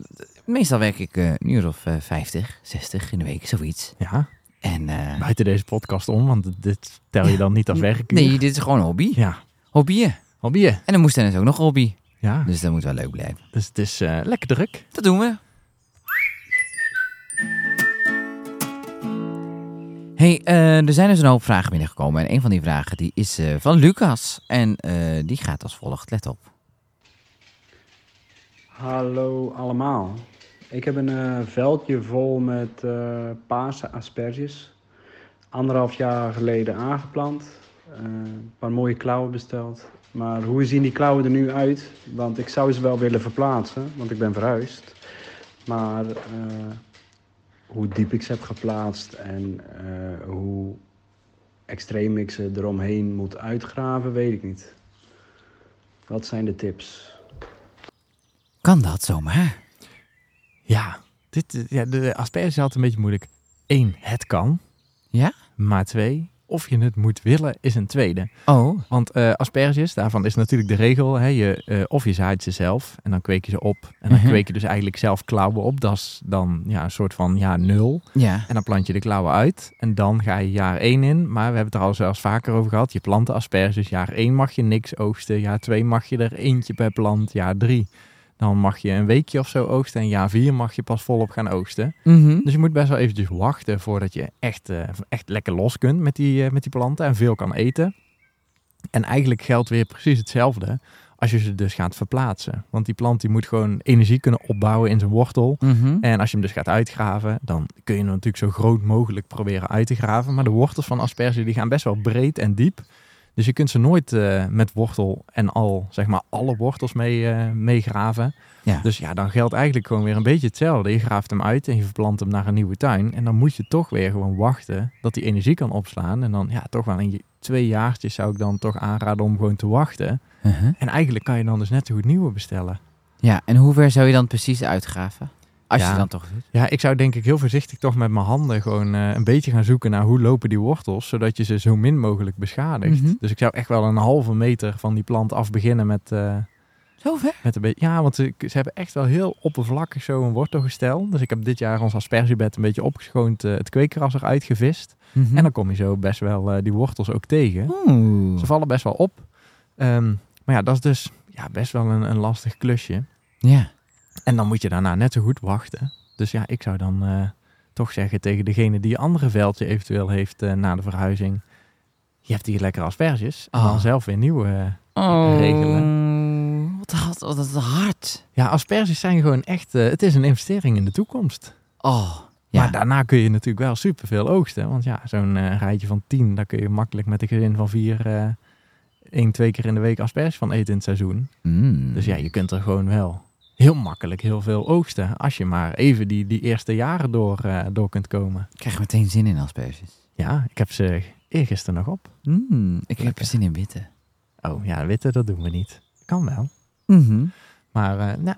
Speaker 2: meestal werk ik eh, een uur of eh 50, 60 in de week, zoiets.
Speaker 3: Ja,
Speaker 2: En eh,
Speaker 3: buiten deze podcast om. Want dit tel je dan niet als werk.
Speaker 2: nee, dit is gewoon een hobby.
Speaker 3: Ja,
Speaker 2: Hobbyen.
Speaker 3: hobbyen.
Speaker 2: En dan moest er dus ook nog een hobby.
Speaker 3: Ja,
Speaker 2: Dus dat moet wel leuk blijven.
Speaker 3: dus het is eh, lekker druk.
Speaker 2: Dat doen we. hey, eh, er zijn dus een hoop vragen binnengekomen. En een van die vragen die is eh, van Lucas. En eh, die gaat als volgt, let op.
Speaker 5: Hallo allemaal. Ik heb een eh, veldje vol met eh paarse asperges. Anderhalf jaar geleden aangeplant. Eh, een paar mooie klauwen besteld. Maar hoe zien die klauwen er nu uit? Want ik zou ze wel willen verplaatsen, want ik ben verhuisd. Maar eh, hoe diep ik ze heb geplaatst en eh, hoe extreem ik ze eromheen moet uitgraven, weet ik niet. Wat zijn de tips?
Speaker 2: Kan dat zomaar?
Speaker 3: Ja, dit, eh, ja de asperge is altijd een beetje moeilijk. Eén, het kan.
Speaker 2: Ja?
Speaker 3: Maar twee, of je het moet willen, is een tweede.
Speaker 2: Oh,
Speaker 3: Want eh, asperges, daarvan is natuurlijk de regel. Hè, je, eh, of je zaait ze zelf en dan kweek je ze op. En dan
Speaker 2: Mhm.
Speaker 3: kweek je dus eigenlijk zelf klauwen op. Dat is dan ja, een soort van ja, nul.
Speaker 2: ja.
Speaker 3: En dan plant je de klauwen uit. En dan ga je jaar één in. Maar we hebben het er al zelfs vaker over gehad. Je plant de asperges. Jaar één mag je niks oogsten. Jaar twee mag je er eentje per plant. Jaar drie. Dan mag je een weekje of zo oogsten. En jaar vier mag je pas volop gaan oogsten.
Speaker 2: Mhm.
Speaker 3: Dus je moet best wel eventjes wachten voordat je echt, eh, echt lekker los kunt met die, eh, met die planten en veel kan eten. En eigenlijk geldt weer precies hetzelfde als je ze dus gaat verplaatsen. Want die plant die moet gewoon energie kunnen opbouwen in zijn wortel.
Speaker 2: Mhm.
Speaker 3: En als je hem dus gaat uitgraven, dan kun je hem natuurlijk zo groot mogelijk proberen uit te graven. Maar de wortels van asperge die gaan best wel breed en diep. Dus je kunt ze nooit eh, met wortel en al, zeg maar, alle wortels mee, eh, meegraven.
Speaker 2: Ja.
Speaker 3: Dus ja, dan geldt eigenlijk gewoon weer een beetje hetzelfde. Je graaft hem uit en je verplant hem naar een nieuwe tuin. En dan moet je toch weer gewoon wachten dat die energie kan opslaan. En dan ja, toch wel een je- twee jaartjes zou ik dan toch aanraden om gewoon te wachten.
Speaker 2: Mhm.
Speaker 3: En eigenlijk kan je dan dus net zo goed nieuwe bestellen.
Speaker 2: Ja, en hoe ver zou je dan precies uitgraven? Als je
Speaker 3: Ja.
Speaker 2: het dan toch doet.
Speaker 3: Ja, ik zou denk ik heel voorzichtig toch met mijn handen gewoon eh, een beetje gaan zoeken naar hoe lopen die wortels, zodat je ze zo min mogelijk beschadigt.
Speaker 2: Mhm.
Speaker 3: Dus ik zou echt wel een halve meter van die plant af beginnen met, eh,
Speaker 2: Zo ver?
Speaker 3: met een beetje... Ja, want ze, ze hebben echt wel heel oppervlakkig zo een wortelgestel. Dus ik heb dit jaar ons aspergebed een beetje opgeschoond, eh, het kweekras eruit gevist.
Speaker 2: Mhm.
Speaker 3: En dan kom je zo best wel eh, die wortels ook tegen.
Speaker 2: Oh. Oeh.
Speaker 3: Ze vallen best wel op. Ehm, maar ja, dat is dus ja, best wel een, een lastig klusje.
Speaker 2: Ja.
Speaker 3: En dan moet je daarna net zo goed wachten. Dus ja, ik zou dan eh, toch zeggen tegen degene die een andere veldje eventueel heeft eh, na de verhuizing. Je hebt hier lekker asperges. En
Speaker 2: Ah.
Speaker 3: dan zelf weer nieuwe. eh.
Speaker 2: Oh.
Speaker 3: Regelen.
Speaker 2: Wat had wat had het hard.
Speaker 3: Ja, asperges zijn gewoon echt... eh, het is een investering in de toekomst.
Speaker 2: Oh. Ja.
Speaker 3: Maar daarna kun je natuurlijk wel superveel oogsten. Want ja, zo'n eh, rijtje van tien, daar kun je makkelijk met een gezin van vier... eh één, twee keer in de week asperges van eten in het seizoen.
Speaker 2: Mm.
Speaker 3: Dus ja, je kunt er gewoon wel heel makkelijk heel veel oogsten. Als je maar even die, die eerste jaren door, eh, door kunt komen.
Speaker 2: Ik krijg er meteen zin in asperges.
Speaker 3: Ja, ik heb ze eergisteren nog op.
Speaker 2: Mm. Ik heb er
Speaker 3: Lekker.
Speaker 2: zin in witte.
Speaker 3: Oh ja, witte, dat doen we niet. Kan wel.
Speaker 2: Mhm.
Speaker 3: Maar eh, nou,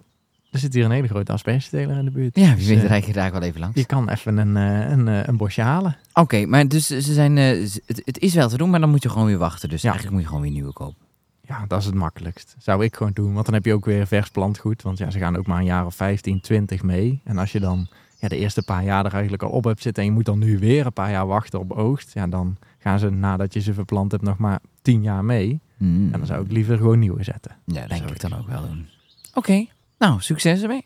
Speaker 3: er zit hier een hele grote aspergeteler in de buurt.
Speaker 2: Ja, wie
Speaker 3: Dus,
Speaker 2: weet
Speaker 3: eh,
Speaker 2: rij ik je daar wel even langs.
Speaker 3: Je kan even een, eh, een, eh, een bosje halen.
Speaker 2: Oké, maar dus ze zijn, eh, ze- het, het is wel te doen, maar dan moet je gewoon weer wachten. Dus
Speaker 3: Ja.
Speaker 2: eigenlijk moet je gewoon weer nieuwe kopen.
Speaker 3: Ja, dat is het makkelijkst. Zou ik gewoon doen. Want dan heb je ook weer vers plantgoed. Want ja, ze gaan ook maar een jaar of 15, 20 mee. En als je dan ja, de eerste paar jaar er eigenlijk al op hebt zitten... en je moet dan nu weer een paar jaar wachten op oogst... ja, dan gaan ze nadat je ze verplant hebt nog maar 10 jaar mee.
Speaker 2: Mm.
Speaker 3: En dan zou ik liever gewoon nieuwe zetten.
Speaker 2: Ja, dat
Speaker 3: Denk
Speaker 2: zou ik
Speaker 3: ik.
Speaker 2: dan ook wel doen. Oké, nou, succes ermee.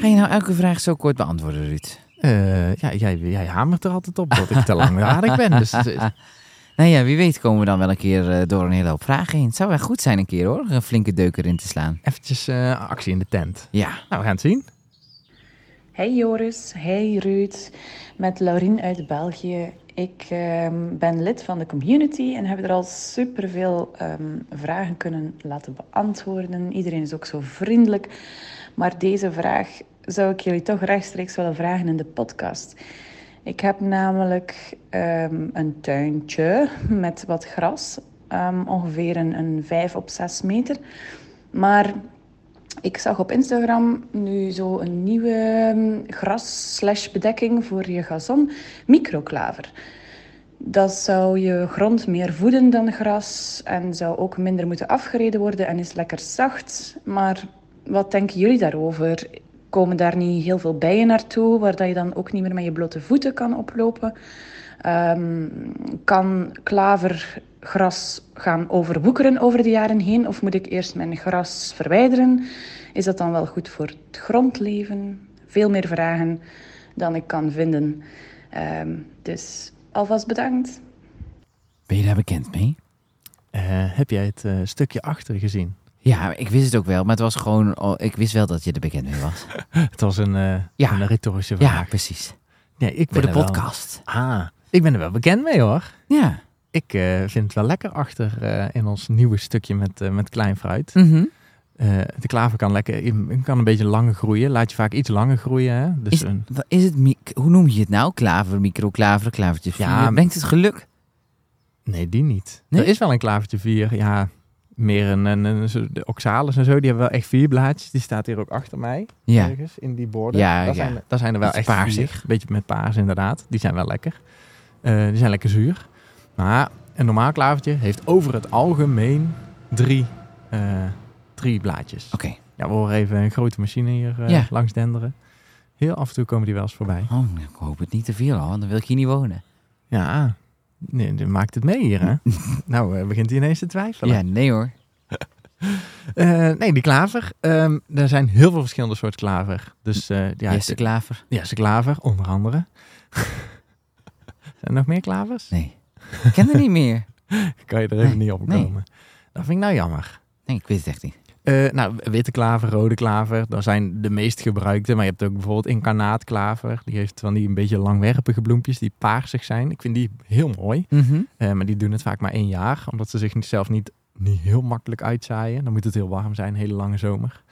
Speaker 2: Ga je nou elke vraag zo kort beantwoorden, Ruud?
Speaker 3: Eh, ja, jij, jij hamert er altijd op dat ik te langdradig ben. Dus <laughs> eh,
Speaker 2: Nou ja, wie weet komen we dan wel een keer eh, door een hele hoop vragen heen. Het zou wel goed zijn een keer hoor, een flinke deuk erin te slaan.
Speaker 3: eventjes eh, actie in de tent.
Speaker 2: Ja,
Speaker 3: Nou, we gaan het zien.
Speaker 6: Hey Joris, hey Ruud, met Laurien uit België. Ik ehm, ben lid van de community en heb er al superveel ehm vragen kunnen laten beantwoorden. Iedereen is ook zo vriendelijk. Maar deze vraag zou ik jullie toch rechtstreeks willen vragen in de podcast. Ik heb namelijk ehm, een tuintje met wat gras, ehm, ongeveer een, een 5 op 6 meter. Maar ik zag op Instagram nu zo een nieuwe ehm, gras-slash-bedekking voor je gazon, microklaver. Dat zou je grond meer voeden dan gras en zou ook minder moeten afgereden worden en is lekker zacht. Maar wat denken jullie daarover? Komen daar niet heel veel bijen naartoe, waar dat je dan ook niet meer met je blote voeten kan oplopen? Ehm, kan klavergras gaan overwoekeren over de jaren heen? Of moet ik eerst mijn gras verwijderen? Is dat dan wel goed voor het grondleven? Veel meer vragen dan ik kan vinden. Ehm, dus alvast bedankt.
Speaker 2: ben je daar bekend mee?
Speaker 3: Eh, heb jij het eh, stukje achter gezien?
Speaker 2: Ja, ik wist het ook wel, maar het was gewoon, oh, ik wist wel dat je er bekend mee was.
Speaker 3: Het was een, eh,
Speaker 2: Ja.
Speaker 3: een retorische
Speaker 2: <laughs> Ja,
Speaker 3: vraag.
Speaker 2: precies.
Speaker 3: nee, ik
Speaker 2: Voor
Speaker 3: ben
Speaker 2: de
Speaker 3: er wel-
Speaker 2: podcast.
Speaker 3: Ah, ik ben er wel bekend mee hoor.
Speaker 2: Ja.
Speaker 3: Ik eh, vind het wel lekker achter eh, in ons nieuwe stukje met, eh, met klein fruit.
Speaker 2: Mhm.
Speaker 3: Eh, de klaver kan lekker, in- kan een beetje langer groeien. Laat je vaak iets langer groeien. Hè? Dus
Speaker 2: Is-
Speaker 3: een,
Speaker 2: Wat Is het, mi- hoe noem je het nou? Klaver, microklaver, klavertje
Speaker 3: Ja,
Speaker 2: vier. Brengt het geluk?
Speaker 3: nee, die niet.
Speaker 2: Nee?
Speaker 3: Er is wel een klavertje vier. Ja, meer een, een, een zo- de oxalis en zo. Die hebben wel echt vier blaadjes. Die staat hier ook achter mij.
Speaker 2: Ja.
Speaker 3: ergens in die borden.
Speaker 2: Ja, ja.
Speaker 3: daar, Zijn, daar zijn er wel
Speaker 2: Iets
Speaker 3: echt
Speaker 2: paarsig.
Speaker 3: vier. Beetje met paars inderdaad. Die zijn wel lekker. Eh, die zijn lekker zuur. Maar een normaal klavertje heeft over het algemeen drie, eh, drie blaadjes.
Speaker 2: Oké.
Speaker 3: Ja, we horen even een grote machine hier eh,
Speaker 2: Oh. Ja.
Speaker 3: langs denderen. Heel af en toe komen die wel eens voorbij.
Speaker 2: Oh, ik hoop het niet te veel, hoor, want dan wil ik hier niet wonen.
Speaker 3: Ja, nee, die maakt het mee hier
Speaker 2: <laughs>
Speaker 3: hè. nou, eh, begint hij ineens te twijfelen.
Speaker 2: Ja, nee hoor.
Speaker 3: Eh, nee, die klaver. ehm, er zijn heel veel verschillende soorten klaver. Dus eh ja,
Speaker 2: Jesse Klaver?
Speaker 3: Ja, ze klaver, onder andere. <laughs> Zijn er nog meer klavers?
Speaker 2: Nee. Ik ken er niet meer.
Speaker 3: Kan je er even
Speaker 2: Nee,
Speaker 3: niet op
Speaker 2: nee.
Speaker 3: komen. Dat vind ik nou jammer.
Speaker 2: Nee, ik weet het echt niet.
Speaker 3: Eh, Eh, nou, witte klaver, rode klaver, dat zijn de meest gebruikte. Maar je hebt ook bijvoorbeeld incarnaatklaver. Die heeft van die een beetje langwerpige bloempjes die paarsig zijn. Ik vind die heel mooi.
Speaker 2: Mhm.
Speaker 3: Eh, maar die doen het vaak maar één jaar, omdat ze zich niet- zelf niet, niet heel makkelijk uitzaaien. Dan moet het heel warm zijn, hele lange zomer.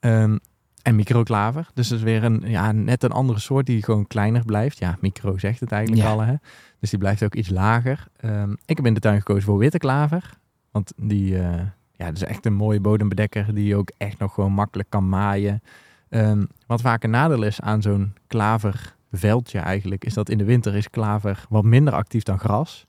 Speaker 3: Ehm, en microklaver, dus dat is weer een, ja, net een andere soort die gewoon kleiner blijft. Ja, micro zegt het eigenlijk
Speaker 2: Ja.
Speaker 3: al, hè? Dus die blijft ook iets lager. Ehm, ik heb in de tuin gekozen voor witte klaver, want die eh, ja, dat is echt een mooie bodembedekker die je ook echt nog gewoon makkelijk kan maaien. Ehm, wat vaak een nadeel is aan zo'n klaverveldje eigenlijk, is dat in de winter is klaver wat minder actief dan gras.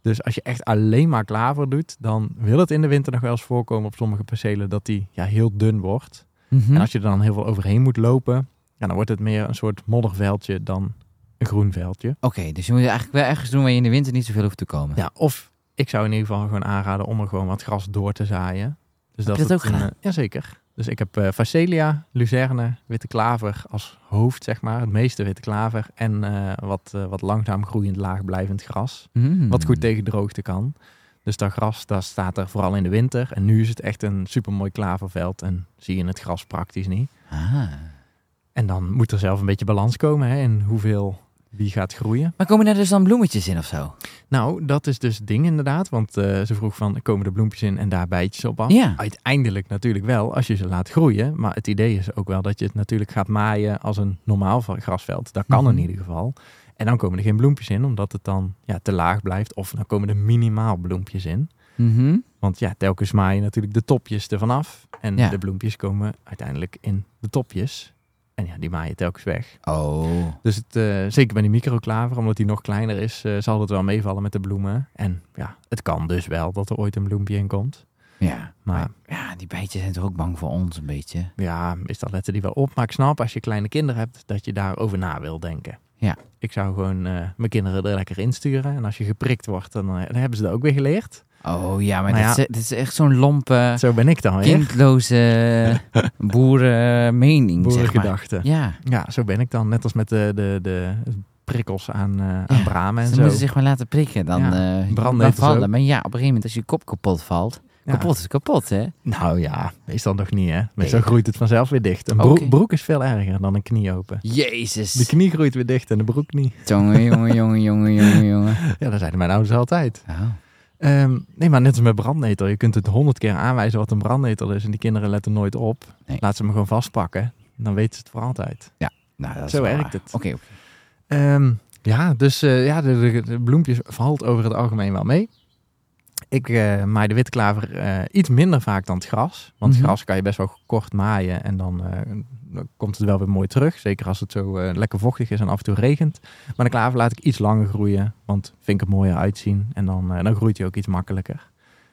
Speaker 3: Dus als je echt alleen maar klaver doet, dan wil het in de winter nog wel eens voorkomen op sommige percelen dat die ja, heel dun wordt.
Speaker 2: Mhm.
Speaker 3: En als je er dan heel veel overheen moet lopen, ja, dan wordt het meer een soort modderveldje dan een groen veldje.
Speaker 2: Oké, dus je moet eigenlijk wel ergens doen waar je in de winter niet zoveel hoeft te komen.
Speaker 3: Ja, of ik zou in ieder geval gewoon aanraden om er gewoon wat gras door te zaaien. Dus
Speaker 2: je dat
Speaker 3: het
Speaker 2: ook
Speaker 3: een,
Speaker 2: gedaan?
Speaker 3: eh, Jazeker. Dus ik heb eh Phacelia, Luzerne, Witte Klaver als hoofd, zeg maar. Het meeste Witte Klaver. En eh, wat, eh, wat langzaam groeiend, laag blijvend gras.
Speaker 2: Mm.
Speaker 3: Wat goed tegen droogte kan. Dus dat gras dat staat er vooral in de winter. En nu is het echt een supermooi klaverveld. En zie je het gras praktisch niet.
Speaker 2: Ah.
Speaker 3: En dan moet er zelf een beetje balans komen hè, in hoeveel wie gaat groeien.
Speaker 2: Maar komen daar dus dan bloemetjes in of zo?
Speaker 3: Nou, dat is dus het ding inderdaad. Want eh, ze vroeg van, komen de bloempjes in en daar bijtjes op af?
Speaker 2: Ja.
Speaker 3: Uiteindelijk natuurlijk wel, als je ze laat groeien. Maar het idee is ook wel dat je het natuurlijk gaat maaien als een normaal va- grasveld. Dat kan in
Speaker 2: Mhm.
Speaker 3: ieder geval. En dan komen er geen bloempjes in, omdat het dan ja, te laag blijft. Of dan komen er minimaal bloempjes in.
Speaker 2: Mhm.
Speaker 3: Want ja, telkens maai je natuurlijk de topjes ervan af. En
Speaker 2: Ja.
Speaker 3: de bloempjes komen uiteindelijk in de topjes. En ja, die maai je telkens weg.
Speaker 2: Oh.
Speaker 3: Dus het, eh, zeker bij die microklaver, omdat die nog kleiner is, eh, zal het wel meevallen met de bloemen. En ja, het kan dus wel dat er ooit een bloempje in komt.
Speaker 2: Ja.
Speaker 3: Maar
Speaker 2: Ja, die bijtjes zijn toch ook bang voor ons een beetje.
Speaker 3: ja, meestal letten die wel op. Maar ik snap als je kleine kinderen hebt, dat je daarover na wil denken.
Speaker 2: Ja.
Speaker 3: Ik zou gewoon eh, mijn kinderen er lekker insturen. En als je geprikt wordt, dan, eh, dan hebben ze dat ook weer geleerd.
Speaker 2: Oh ja, maar
Speaker 3: Maar
Speaker 2: dit,
Speaker 3: ja.
Speaker 2: Is, dit is echt zo'n lompe,
Speaker 3: Zo ben ik dan weer.
Speaker 2: kindloze boerenmening, zeg maar.
Speaker 3: Boerengedachten.
Speaker 2: Ja,
Speaker 3: Ja, zo ben ik dan. Net als met de, de, de prikkels aan, eh, aan
Speaker 2: Ja,
Speaker 3: bramen en
Speaker 2: ze
Speaker 3: zo.
Speaker 2: moeten zich maar laten prikken. Dan
Speaker 3: Ja,
Speaker 2: eh,
Speaker 3: brandnetels
Speaker 2: dan vallen.
Speaker 3: ook.
Speaker 2: Maar ja, op een gegeven moment als je kop kapot valt.
Speaker 3: Ja.
Speaker 2: Kapot is kapot, hè?
Speaker 3: Nou ja, meestal nog niet hè. Meestal
Speaker 2: Nee.
Speaker 3: groeit het vanzelf weer dicht. Een
Speaker 2: Oké.
Speaker 3: broek, broek is veel erger dan een knie open. De
Speaker 2: Jezus.
Speaker 3: knie groeit weer dicht en de broek niet. <laughs>
Speaker 2: Jongen, jongen, jongen, jongen, jongen, jongen.
Speaker 3: Ja, dat zeiden mijn ouders altijd.
Speaker 2: Oh.
Speaker 3: Ehm, nee, maar net als met brandnetel. Je kunt het honderd keer aanwijzen wat een brandnetel is. En die kinderen letten nooit op.
Speaker 2: Nee.
Speaker 3: Laat ze hem gewoon vastpakken. Dan weten ze het voor altijd.
Speaker 2: Nou, dat is
Speaker 3: Zo
Speaker 2: wel
Speaker 3: werkt
Speaker 2: waar.
Speaker 3: het.
Speaker 2: Oké, oké.
Speaker 3: Ehm, ja, dus eh, ja, de, de- de bloempjes valt over het algemeen wel mee. Ik eh, maai de witklaver eh, iets minder vaak dan het gras. Want
Speaker 2: Mhm.
Speaker 3: gras kan je best wel kort maaien en dan, eh, dan komt het wel weer mooi terug. Zeker als het zo eh, lekker vochtig is en af en toe regent. Maar de klaver laat ik iets langer groeien, want vind ik het mooier uitzien. En dan, eh, dan groeit hij ook iets makkelijker.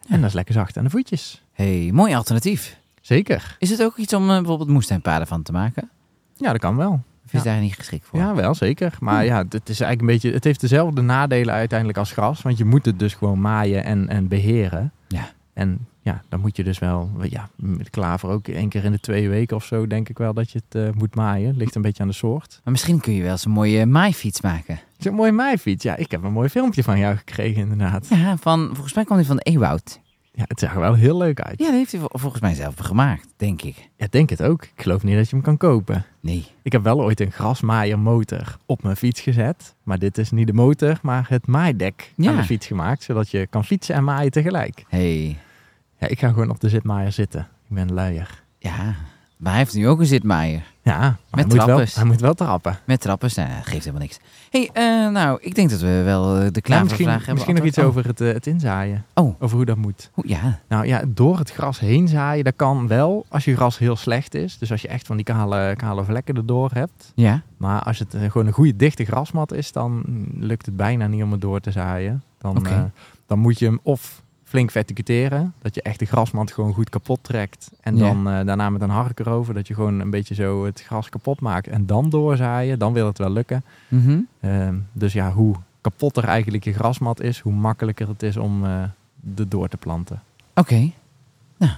Speaker 3: En dat is lekker zacht aan de voetjes.
Speaker 2: hey, mooi alternatief.
Speaker 3: Zeker.
Speaker 2: Is het ook iets om eh, bijvoorbeeld moestuinpaden van te maken?
Speaker 3: Ja, dat kan wel.
Speaker 2: Of is
Speaker 3: Ja.
Speaker 2: daar niet geschikt voor? Hm.
Speaker 3: Ja, wel zeker. Maar ja, het is eigenlijk een beetje. Het heeft dezelfde nadelen uiteindelijk als gras. Want je moet het dus gewoon maaien en, en beheren.
Speaker 2: Ja.
Speaker 3: En ja, dan moet je dus wel. Ja, met klaver ook één keer in de twee weken of zo, denk ik wel dat je het eh, moet maaien. Ligt een beetje aan de soort.
Speaker 2: Maar misschien kun je wel eens een mooie maaifiets maken.
Speaker 3: Is een mooie maaifiets. Ja, ik heb een mooi filmpje van jou gekregen, inderdaad.
Speaker 2: Ja, van, volgens mij kwam die van Ewoud.
Speaker 3: Ja, het zag er wel heel leuk uit.
Speaker 2: Ja, die heeft hij vol- volgens mij zelf gemaakt, denk ik.
Speaker 3: Ja, denk het ook. Ik geloof niet dat je hem kan kopen.
Speaker 2: Nee.
Speaker 3: Ik heb wel ooit een grasmaaiermotor op mijn fiets gezet. Maar dit is niet de motor, maar het maaidek aan
Speaker 2: Ja.
Speaker 3: de fiets gemaakt. Zodat je kan fietsen en maaien tegelijk.
Speaker 2: Hey.
Speaker 3: Ja, ik ga gewoon op de zitmaaier zitten. Ik ben luier.
Speaker 2: Ja. Maar hij heeft nu ook een zitmaaier.
Speaker 3: Ja, maar hij, moet wel,
Speaker 2: trappers.
Speaker 3: hij moet wel trappen.
Speaker 2: Met trappers. Nou, dat geeft helemaal niks. hey, eh, nou, ik denk dat we wel eh, de
Speaker 3: Ja,
Speaker 2: klavervraag
Speaker 3: misschien
Speaker 2: hebben
Speaker 3: misschien nog iets
Speaker 2: beantwoord.
Speaker 3: over het, eh, het inzaaien.
Speaker 2: Oh.
Speaker 3: Over hoe dat moet.
Speaker 2: Oh, ja.
Speaker 3: Nou ja, door het gras heen zaaien, dat kan wel als je gras heel slecht is. Dus als je echt van die kale, kale vlekken erdoor hebt.
Speaker 2: Ja.
Speaker 3: Maar als het eh, gewoon een goede dichte grasmat is, dan lukt het bijna niet om het door te zaaien. Dan,
Speaker 2: Oké.
Speaker 3: eh, dan moet je hem of flink verticuteren, dat je echt de grasmat gewoon goed kapot trekt. En
Speaker 2: Ja.
Speaker 3: dan eh, daarna met een hark erover, dat je gewoon een beetje zo het gras kapot maakt. En dan doorzaaien, dan wil het wel lukken.
Speaker 2: Mhm.
Speaker 3: Ehm, dus ja, hoe kapotter eigenlijk je grasmat is, hoe makkelijker het is om eh er door te planten.
Speaker 2: Oké. Nou,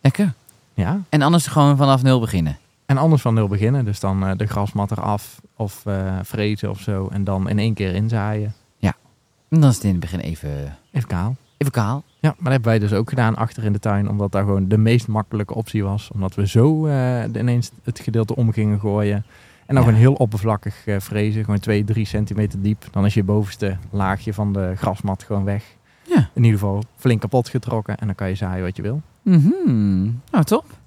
Speaker 2: lekker.
Speaker 3: Ja,
Speaker 2: En anders gewoon vanaf nul beginnen.
Speaker 3: en anders van nul beginnen. Dus dan eh, de grasmat eraf of eh, vrezen of zo. En dan in één keer inzaaien.
Speaker 2: En dan is het in het begin even,
Speaker 3: Even kaal.
Speaker 2: even kaal.
Speaker 3: Ja, maar dat hebben wij dus ook gedaan achter in de tuin, omdat daar gewoon de meest makkelijke optie was. Omdat we zo eh, ineens het gedeelte om gingen gooien. En dan
Speaker 2: Ja.
Speaker 3: gewoon heel oppervlakkig eh, vrezen, gewoon 2, 3 centimeter diep. Dan is je bovenste laagje van de grasmat gewoon weg.
Speaker 2: Ja.
Speaker 3: In ieder geval flink kapot getrokken en dan kan je zaaien wat je wil.
Speaker 2: Mhm. Nou, top.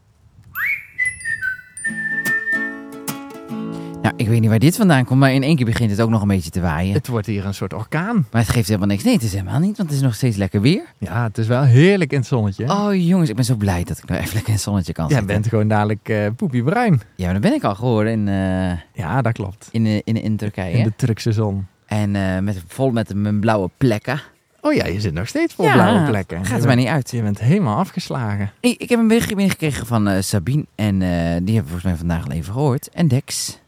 Speaker 2: Nou, ik weet niet waar dit vandaan komt, maar in één keer begint het ook nog een beetje te waaien.
Speaker 3: Het wordt hier een soort orkaan.
Speaker 2: Maar het geeft helemaal niks. Nee, het is helemaal niet, want het is nog steeds lekker weer.
Speaker 3: Ja, het is wel heerlijk in het zonnetje.
Speaker 2: Oh jongens, ik ben zo blij dat ik nou <laughs> even lekker in het zonnetje kan
Speaker 3: Jij
Speaker 2: zitten.
Speaker 3: bent gewoon dadelijk eh poepiebruin.
Speaker 2: Ja, maar dat ben ik al geworden in, eh,
Speaker 3: Ja, dat klopt.
Speaker 2: in, eh, in, in Turkije.
Speaker 3: In de Turkse zon.
Speaker 2: En eh, met, vol met mijn blauwe plekken.
Speaker 3: Oh ja, je zit nog steeds vol
Speaker 2: Ja,
Speaker 3: blauwe plekken.
Speaker 2: Gaat
Speaker 3: Je
Speaker 2: er mij
Speaker 3: bent-
Speaker 2: niet uit.
Speaker 3: Je bent helemaal afgeslagen.
Speaker 2: Ik, ik heb een berichtje binnengekregen van eh, Sabine. En eh, die hebben we volgens mij vandaag al even gehoord. En Dex,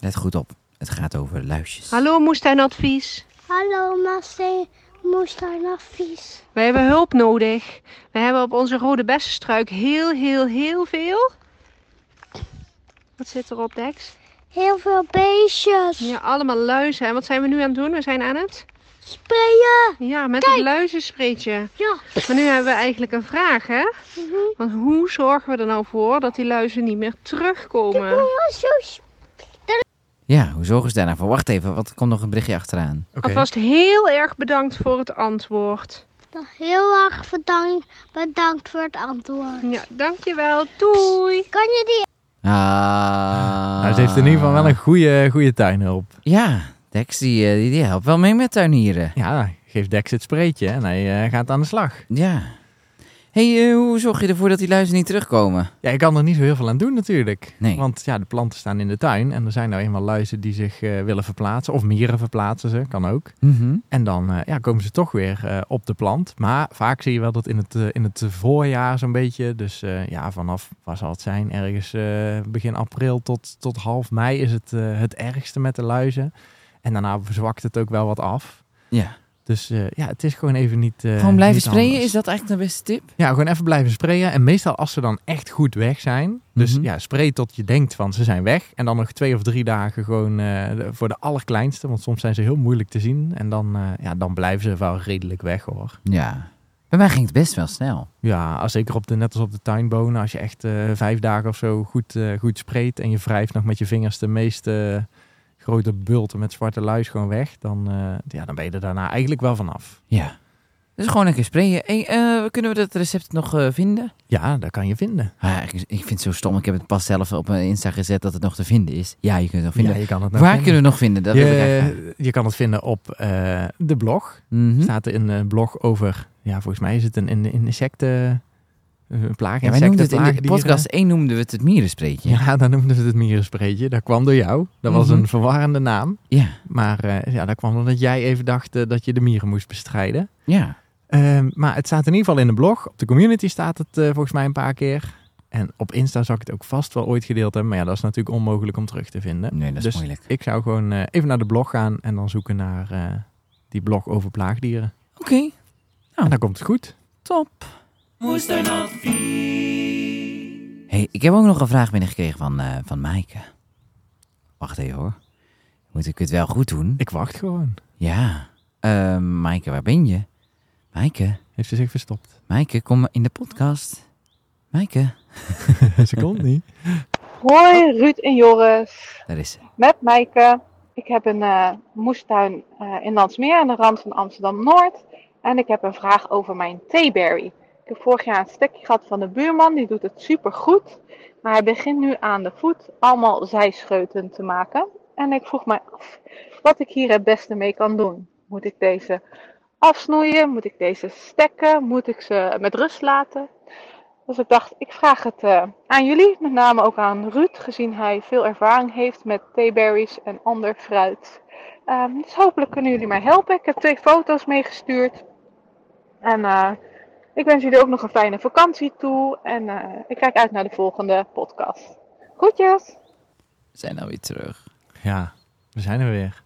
Speaker 2: let goed op. Het gaat over luisjes.
Speaker 4: Hallo Moestuinadvies.
Speaker 7: Hallo Massé, moestuinadvies.
Speaker 4: Wij hebben hulp nodig. We hebben op onze rode bessenstruik heel, heel, heel veel. Wat zit erop, Dex?
Speaker 7: Heel veel beestjes.
Speaker 4: Ja, allemaal luizen. En wat zijn we nu aan het doen? We zijn aan het?
Speaker 7: Sprayen.
Speaker 4: Ja, met het luizenspreetje.
Speaker 7: Ja.
Speaker 4: Maar nu hebben we eigenlijk een vraag, hè?
Speaker 7: Mhm.
Speaker 4: Want hoe zorgen we er nou voor dat die luizen niet meer terugkomen?
Speaker 7: Oh, zo s-
Speaker 2: Ja, hoe zorgen ze daarna voor? Wacht even, wat komt nog een berichtje achteraan?
Speaker 3: Oké.
Speaker 4: Alvast heel erg bedankt voor het antwoord.
Speaker 7: Nog heel erg bedankt, bedankt voor het antwoord.
Speaker 4: Ja, dankjewel. Doei!
Speaker 7: Kan je die
Speaker 2: Ah.
Speaker 3: Nou, ze heeft in ieder geval wel een goede, goede tuinhulp.
Speaker 2: Ja, Dex, die, eh, die, die helpt wel mee met tuinieren.
Speaker 3: Ja, geef Dex het spreetje en hij eh, gaat aan de slag.
Speaker 2: Ja. hey, eh, hoe zorg je ervoor dat die luizen niet terugkomen?
Speaker 3: Ja, je kan er niet zo heel veel aan doen natuurlijk.
Speaker 2: Nee.
Speaker 3: Want ja, de planten staan in de tuin en er zijn nou eenmaal luizen die zich eh, willen verplaatsen. Of mieren verplaatsen ze, kan ook. En dan eh, ja, komen ze toch weer eh, op de plant. Maar vaak zie je wel dat in het, eh, in het voorjaar zo'n beetje. Dus eh, ja, vanaf, waar zal het zijn? Ergens eh, begin april tot, tot half mei is het eh, het ergste met de luizen. En daarna verzwakt het ook wel wat af.
Speaker 2: Ja.
Speaker 3: Dus eh, ja, het is gewoon even niet. eh,
Speaker 2: Gewoon blijven
Speaker 3: niet
Speaker 2: sprayen,
Speaker 3: anders.
Speaker 2: is dat eigenlijk de beste tip?
Speaker 3: Ja, gewoon even blijven sprayen. En meestal als ze dan echt goed weg zijn. Dus
Speaker 2: Mhm.
Speaker 3: ja, spray tot je denkt van ze zijn weg. En dan nog twee of drie dagen gewoon eh, de- voor de allerkleinste. Want soms zijn ze heel moeilijk te zien. En dan, eh, ja, dan blijven ze wel redelijk weg hoor.
Speaker 2: Ja. Bij mij ging het best wel snel.
Speaker 3: Ja, als zeker op de, net als op de tuinbonen. Als je echt eh, vijf dagen of zo goed, eh, goed spreekt. En je wrijft nog met je vingers de meeste grote bulten met zwarte luis gewoon weg. Dan, eh, ja, dan ben je er daarna eigenlijk wel vanaf.
Speaker 2: Ja. Dus gewoon een keer sprayen. Hey, eh, kunnen we dat recept nog eh, vinden?
Speaker 3: Ja, dat kan je vinden.
Speaker 2: Ah, ik, ik vind het zo stom. Ik heb het pas zelf op mijn Insta gezet dat het nog te vinden is. Ja, je kunt het nog vinden.
Speaker 3: Ja, je kan het nog
Speaker 2: Waar
Speaker 3: vinden.
Speaker 2: kunnen we het nog vinden? Dat wil ik eigenlijk
Speaker 3: je, je kan het vinden op eh, de blog.
Speaker 2: vragen. Mhm.
Speaker 3: Staat er een eh, blog over, ja, volgens mij is het een, een, een insecten, een plaag,
Speaker 2: Ja, wij noemden het in de
Speaker 3: insectenplaagdieren.
Speaker 2: podcast 1 noemden we het het mierenspreetje.
Speaker 3: Ja, dan noemden ze het mierenspreetje. Dat kwam door jou. Dat was
Speaker 2: Mhm.
Speaker 3: een verwarrende naam.
Speaker 2: Ja.
Speaker 3: Maar eh, ja, dat kwam omdat jij even dacht eh, dat je de mieren moest bestrijden.
Speaker 2: ja.
Speaker 3: Ehm, maar het staat in ieder geval in de blog. Op de community staat het eh, volgens mij een paar keer. En op Insta zal ik het ook vast wel ooit gedeeld hebben. Maar ja, dat is natuurlijk onmogelijk om terug te vinden.
Speaker 2: Nee, dat is
Speaker 3: dus
Speaker 2: moeilijk.
Speaker 3: ik zou gewoon eh, even naar de blog gaan en dan zoeken naar eh, die blog over plaagdieren.
Speaker 2: Oké,
Speaker 3: En dan komt het goed.
Speaker 2: Nou. top.
Speaker 1: Moestuinadvies.
Speaker 2: Hey, ik heb ook nog een vraag binnengekregen van, eh, van Maaike. Wacht even hoor. Moet ik het wel goed doen?
Speaker 3: Ik wacht gewoon.
Speaker 2: Ja. Eh Maaike, waar ben je? Maaike,
Speaker 3: Heeft ze zich
Speaker 2: <laughs>
Speaker 3: verstopt?
Speaker 2: Maaike, kom in de podcast. Maaike,
Speaker 3: ze komt niet.
Speaker 8: Hoi Ruud en Joris,
Speaker 2: daar is ze.
Speaker 8: met Maaike. Ik heb een eh, moestuin eh, in Landsmeer aan de rand van Amsterdam-Noord. En ik heb een vraag over mijn theeberry. Ik heb vorig jaar een stekje gehad van de buurman, die doet het supergoed. Maar hij begint nu aan de voet allemaal zijscheuten te maken. En ik vroeg mij af wat ik hier het beste mee kan doen. Moet ik deze afsnoeien? Moet ik deze stekken? Moet ik ze met rust laten? Dus ik dacht, ik vraag het eh, aan jullie, met name ook aan Ruud, gezien hij veel ervaring heeft met theeberries en ander fruit. Ehm, dus hopelijk kunnen jullie mij helpen. Ik heb twee foto's meegestuurd. En eh, ik wens jullie ook nog een fijne vakantie toe. En eh, ik kijk uit naar de volgende podcast. Groetjes!
Speaker 2: We zijn alweer terug.
Speaker 3: Ja, we zijn er weer.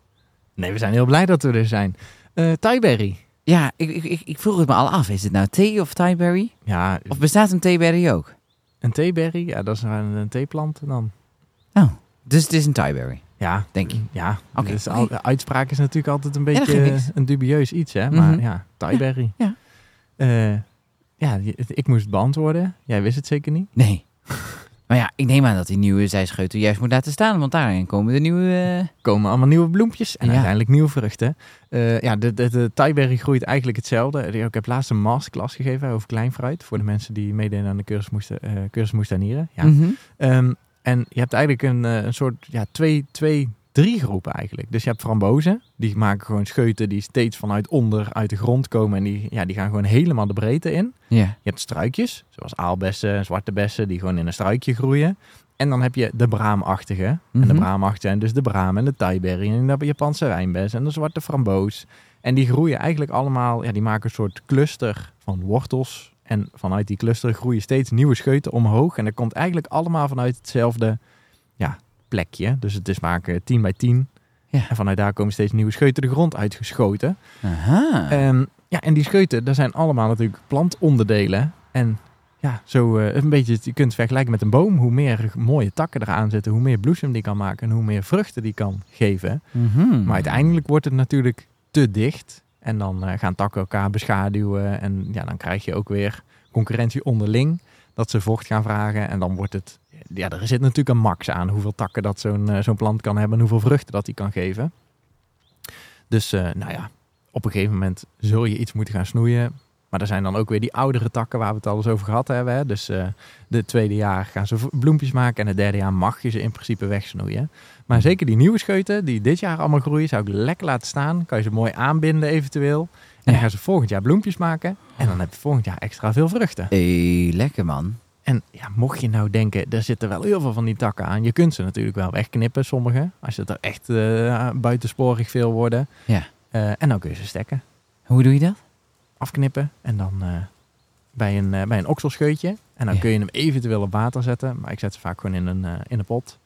Speaker 3: Nee, we zijn heel blij dat we er zijn. Eh Tyberry.
Speaker 2: Ja, ik, ik, ik, ik vroeg het me al af. Is het nou thee of thaiberry?
Speaker 3: Ja,
Speaker 2: Of bestaat een thaiberry ook?
Speaker 3: een theeberry. Ja, dat is een, een theeplant dan.
Speaker 2: Dus het is een thaiberry,
Speaker 3: Ja,
Speaker 2: denk ik.
Speaker 3: Ja,
Speaker 2: Oké,
Speaker 3: dus
Speaker 2: oké.
Speaker 3: al- de uitspraak is natuurlijk altijd een
Speaker 2: Ja, dat
Speaker 3: beetje
Speaker 2: geeft niks.
Speaker 3: een dubieus iets, hè? Maar
Speaker 2: Mhm.
Speaker 3: ja, Tyberry.
Speaker 2: Ja,
Speaker 3: Eh, ja, je- ik moest het beantwoorden. Jij wist het zeker niet.
Speaker 2: Nee. <laughs> Maar ja, ik neem aan dat die nieuwe zijscheutel juist moet laten staan, want daarin komen de nieuwe... eh,
Speaker 3: komen allemaal nieuwe bloempjes en
Speaker 2: Ja.
Speaker 3: uiteindelijk nieuwe vruchten. Eh, ja, de, de, de taiberry groeit eigenlijk hetzelfde. Ik heb laatst een masterclass gegeven over kleinfruit. Voor de mensen die meededen aan de cursus moesten, eh cursus moestuinieren. Ja.
Speaker 2: mhm.
Speaker 3: Ehm, en je hebt eigenlijk een, eh, een soort ja, twee, twee, drie groepen eigenlijk. Dus je hebt frambozen. Die maken gewoon scheuten die steeds vanuit onder uit de grond komen. En die, ja, die gaan gewoon helemaal de breedte in.
Speaker 2: Ja.
Speaker 3: Je hebt struikjes, zoals aalbessen en zwarte bessen, die gewoon in een struikje groeien. En dan heb je de braamachtige. En de
Speaker 2: Mhm.
Speaker 3: braamachtige zijn dus de braam en de taiberry en de Japanse wijnbes en de zwarte framboos. En die groeien eigenlijk allemaal, ja, die maken een soort cluster van wortels. En vanuit die cluster groeien steeds nieuwe scheuten omhoog. En dat komt eigenlijk allemaal vanuit hetzelfde ja, plekje. Dus het is vaak eh, 10 bij 10.
Speaker 2: Ja.
Speaker 3: En vanuit daar komen steeds nieuwe scheuten de grond uitgeschoten.
Speaker 2: Aha.
Speaker 3: Ehm, ja, en die scheuten, daar zijn allemaal natuurlijk plantonderdelen. En ja, zo eh, een beetje, je kunt het vergelijken met een boom. Hoe meer mooie takken eraan zitten, hoe meer bloesem die kan maken en hoe meer vruchten die kan geven.
Speaker 2: Mhm.
Speaker 3: Maar uiteindelijk wordt het natuurlijk te dicht. En dan eh, gaan takken elkaar beschaduwen. En ja, dan krijg je ook weer concurrentie onderling. Dat ze vocht gaan vragen. En dan wordt het. Ja, er zit natuurlijk een max aan hoeveel takken dat zo'n eh, zo'n plant kan hebben. En hoeveel vruchten dat die kan geven. Dus eh, nou ja, op een gegeven moment zul je iets moeten gaan snoeien. Maar er zijn dan ook weer die oudere takken waar we het al eens over gehad hebben. Hè. Dus eh de tweede jaar gaan ze v- bloempjes maken. En het derde jaar mag je ze in principe wegsnoeien. Maar zeker die nieuwe scheuten, die dit jaar allemaal groeien, zou ik lekker laten staan. Kan je ze mooi aanbinden eventueel. En
Speaker 2: Ja.
Speaker 3: dan gaan ze volgend jaar bloempjes maken. En dan heb je volgend jaar extra veel vruchten.
Speaker 2: Hey, lekker man.
Speaker 3: En ja, mocht je nou denken, er zitten wel heel veel van die takken aan. Je kunt ze natuurlijk wel wegknippen, sommige. Als het er echt eh, buitensporig veel worden.
Speaker 2: Ja.
Speaker 3: Eh, en dan kun je ze stekken,
Speaker 2: Hoe doe je dat?
Speaker 3: afknippen. En dan eh, bij, een, eh, bij een okselscheutje. En dan
Speaker 2: Ja.
Speaker 3: kun je hem eventueel op water zetten. Maar ik zet ze vaak gewoon in een, eh, in een pot.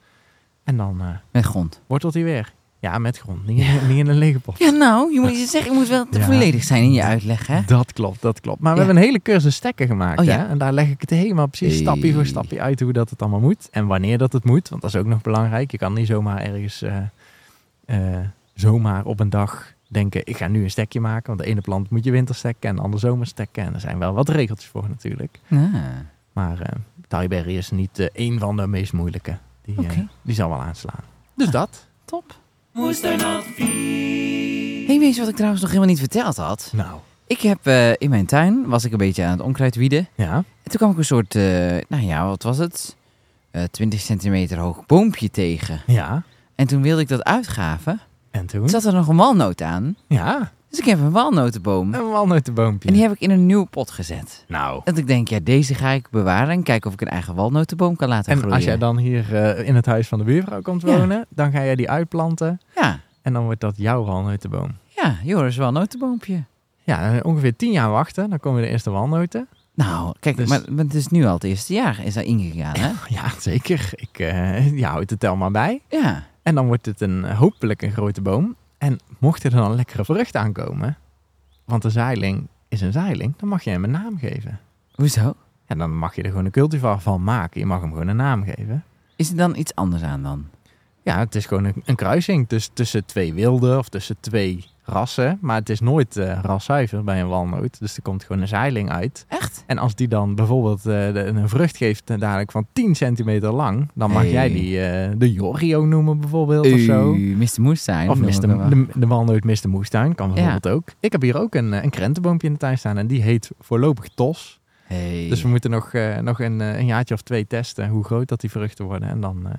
Speaker 3: En dan eh,
Speaker 2: Met grond.
Speaker 3: wortelt hij weer. Ja, met grond. Niet, in- niet in een lege
Speaker 2: <laughs>
Speaker 3: pot.
Speaker 2: Ja, nou, je moet iets zeggen. Je moet wel te
Speaker 3: Ja.
Speaker 2: volledig zijn in je uitleg, hè?
Speaker 3: Dat klopt, dat klopt. Maar we
Speaker 2: Ja.
Speaker 3: hebben een hele cursus stekken gemaakt.
Speaker 2: Oh ja.
Speaker 3: hè? En daar leg ik het helemaal precies
Speaker 2: Hey.
Speaker 3: stapje voor stapje uit hoe dat het allemaal moet. En wanneer dat het moet, want dat is ook nog belangrijk. Je kan niet zomaar ergens eh, eh, zomaar op een dag denken, ik ga nu een stekje maken. Want de ene plant moet je winterstekken en de andere zomerstekken. En er zijn wel wat regeltjes voor natuurlijk.
Speaker 2: Ah,
Speaker 3: Maar eh Taiberry is niet eh, één van de meest moeilijke. Die, eh,
Speaker 2: Oké.
Speaker 3: die zal wel aanslaan. Dus dat.
Speaker 2: top.
Speaker 1: Moestuinadvies.
Speaker 2: Hey, weet je wat ik trouwens nog helemaal niet verteld had?
Speaker 3: Nou,
Speaker 2: Ik heb eh, in mijn tuin, was ik een beetje aan het onkruid wieden.
Speaker 3: ja.
Speaker 2: En toen kwam ik een soort, eh, nou ja, wat was het? Eh 20 centimeter hoog boompje tegen.
Speaker 3: Ja.
Speaker 2: En toen wilde ik dat uitgraven.
Speaker 3: En toen?
Speaker 2: Toen zat er nog een walnoot aan.
Speaker 3: Ja,
Speaker 2: Dus ik heb een walnotenboom.
Speaker 3: een walnotenboompje.
Speaker 2: En die heb ik in een nieuwe pot gezet.
Speaker 3: Nou.
Speaker 2: Dat ik denk, ja, deze ga ik bewaren en kijken of ik een eigen walnotenboom kan laten
Speaker 3: En
Speaker 2: groeien.
Speaker 3: als jij dan hier eh, in het huis van de buurvrouw komt
Speaker 2: Ja.
Speaker 3: wonen, dan ga jij die uitplanten
Speaker 2: Ja,
Speaker 3: en dan wordt dat jouw walnotenboom.
Speaker 2: ja, Joris, walnotenboompje.
Speaker 3: Ja, en ongeveer tien jaar wachten, dan komen de eerste walnoten. <laughs>
Speaker 2: Nou, kijk,
Speaker 3: Dus-
Speaker 2: maar, maar het is nu al het eerste jaar is daar ingegaan, hè?
Speaker 3: Ja, zeker. Ik, eh je houdt het tel maar bij.
Speaker 2: Ja.
Speaker 3: En dan wordt het een, eh, hopelijk een grote boom. En mocht er dan lekkere vrucht aankomen, want een zeiling is een zeiling, dan mag je hem een naam geven.
Speaker 2: Hoezo?
Speaker 3: En dan mag je er gewoon een cultivar van maken. Je mag hem gewoon een naam geven.
Speaker 2: Is er dan iets anders aan dan?
Speaker 3: Ja, het is gewoon een, een kruising dus tussen twee wilden of tussen twee rassen. Maar het is nooit eh, raszuiver bij een walnoot. Dus er komt gewoon een zeiling uit.
Speaker 2: Echt?
Speaker 3: En als die dan bijvoorbeeld eh, de- een vrucht geeft eh, dadelijk van 10 centimeter lang... dan mag
Speaker 2: Hey.
Speaker 3: jij die eh, de Jorio noemen bijvoorbeeld of zo.
Speaker 2: Oeh, Mr. Moestuin.
Speaker 3: Of
Speaker 2: noem ik
Speaker 3: Mr.
Speaker 2: hem wel.
Speaker 3: de, de walnoot Mr. Moestuin kan bijvoorbeeld ook. Ik heb hier ook een, eh, een krentenboompje in de tuin staan en die heet voorlopig Tos.
Speaker 2: Hey.
Speaker 3: Dus we moeten nog, eh, nog een, eh, een jaartje of twee testen hoe groot dat die vruchten worden. En dan eh,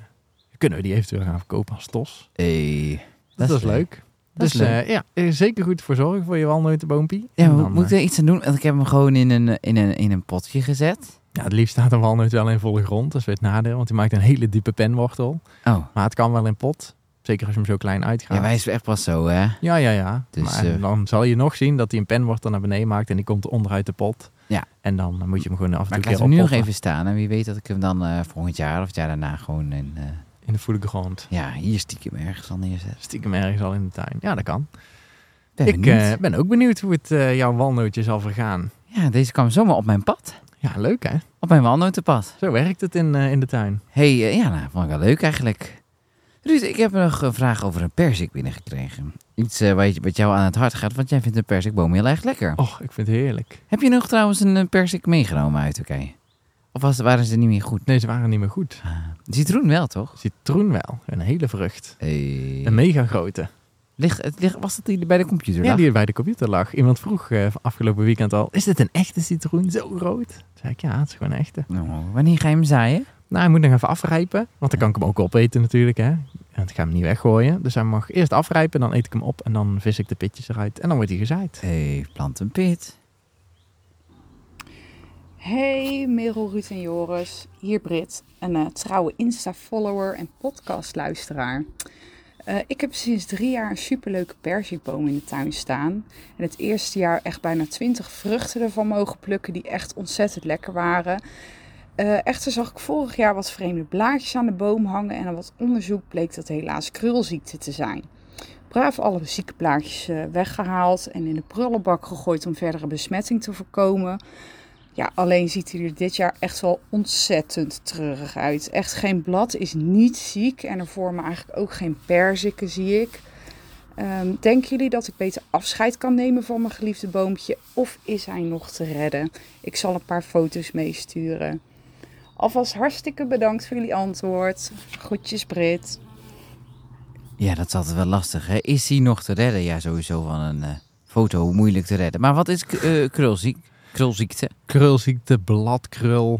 Speaker 3: kunnen we die eventueel gaan verkopen als Tos.
Speaker 2: hey.
Speaker 3: Dat, is leuk.
Speaker 2: Dat is
Speaker 3: dus
Speaker 2: leuk.
Speaker 3: eh, ja, er is zeker goed voor zorgen voor je walnotenboompie.
Speaker 2: Ja,
Speaker 3: En
Speaker 2: maar
Speaker 3: dan,
Speaker 2: moet ik
Speaker 3: eh,
Speaker 2: er iets aan doen? Want ik heb hem gewoon in een, in een, in een potje gezet.
Speaker 3: ja, het liefst staat een walnoot wel in volle grond. Dat is weer het nadeel, want die maakt een hele diepe penwortel.
Speaker 2: Oh,
Speaker 3: Maar het kan wel in pot. Zeker als je hem zo klein uitgaat.
Speaker 2: ja, wij is echt pas zo, hè?
Speaker 3: ja, ja. ja.
Speaker 2: Dus,
Speaker 3: maar
Speaker 2: eh,
Speaker 3: dan zal je nog zien dat hij een penwortel naar beneden maakt en die komt onderuit de pot.
Speaker 2: Ja.
Speaker 3: En dan eh, moet je hem gewoon af en
Speaker 2: Maar
Speaker 3: toe
Speaker 2: ik
Speaker 3: een
Speaker 2: laat
Speaker 3: keer
Speaker 2: hem nu nog
Speaker 3: oppoppen
Speaker 2: even staan. En wie weet dat ik hem dan eh, volgend jaar of het jaar daarna gewoon in, eh,
Speaker 3: in de voele grond.
Speaker 2: ja, hier stiekem ergens al neerzet.
Speaker 3: Stiekem ergens al in de tuin. Ja, dat kan.
Speaker 2: Ben
Speaker 3: ik
Speaker 2: benieuwd.
Speaker 3: eh, ben ook benieuwd hoe het eh, jouw walnootje zal vergaan.
Speaker 2: ja, deze kwam zomaar op mijn pad.
Speaker 3: Ja, leuk hè?
Speaker 2: Op mijn walnotenpad.
Speaker 3: Zo werkt het in, eh, in de tuin.
Speaker 2: hey, eh, ja, nou, vond ik wel leuk eigenlijk. Ruud, ik heb nog een vraag over een perzik binnengekregen. Iets eh, wat, je- wat jou aan het hart gaat, want jij vindt een persikboom heel erg lekker.
Speaker 3: Och, ik vind het heerlijk.
Speaker 2: Heb je nog trouwens een eh, persik meegenomen uit Turkije? Of was, waren ze niet meer goed? Ah,
Speaker 3: Nee, ze waren niet meer goed.
Speaker 2: Citroen wel, toch?
Speaker 3: Citroen wel. Een hele vrucht.
Speaker 2: Hey.
Speaker 3: Een mega grote.
Speaker 2: Ligt, het ligt, was dat die bij de computer?
Speaker 3: Ja,
Speaker 2: lag?
Speaker 3: die er bij de computer lag. Iemand vroeg eh, afgelopen weekend al, is dit een echte citroen? Zo groot? Toen zei ik, ja, het is gewoon een echte.
Speaker 2: Oh, wanneer ga je hem zaaien?
Speaker 3: Nou, hij moet nog even afrijpen, want dan kan ik hem ook opeten natuurlijk, hè. En ik ga hem niet weggooien. Dus hij mag eerst afrijpen, dan eet ik hem op en dan vis ik de pitjes eruit. En dan wordt hij gezaaid.
Speaker 2: hey, plant een pit.
Speaker 6: Hey Merel, Ruud en Joris. Hier Brit, een eh, trouwe Insta-follower en podcastluisteraar. Eh, ik heb sinds drie jaar een superleuke perzikboom in de tuin staan. En het eerste jaar echt bijna twintig vruchten ervan mogen plukken die echt ontzettend lekker waren. Eh, echter zag ik vorig jaar wat vreemde blaadjes aan de boom hangen en aan wat onderzoek bleek dat helaas krulziekte te zijn. Braaf alle zieke blaadjes eh, weggehaald en in de prullenbak gegooid om verdere besmetting te voorkomen. Ja, alleen ziet hij er dit jaar echt wel ontzettend treurig uit. Echt geen blad is niet ziek en er vormen eigenlijk ook geen perziken, zie ik. Ehm, denken jullie dat ik beter afscheid kan nemen van mijn geliefde boompje? Of is hij nog te redden? Ik zal een paar foto's meesturen. Alvast hartstikke bedankt voor jullie antwoord. Groetjes Brit.
Speaker 2: Ja, dat is altijd wel lastig, hè? Is hij nog te redden? Ja, sowieso van een eh, foto moeilijk te redden. Maar wat is k- eh, krulziek? krulziekte?
Speaker 3: Krulziekte, bladkrul,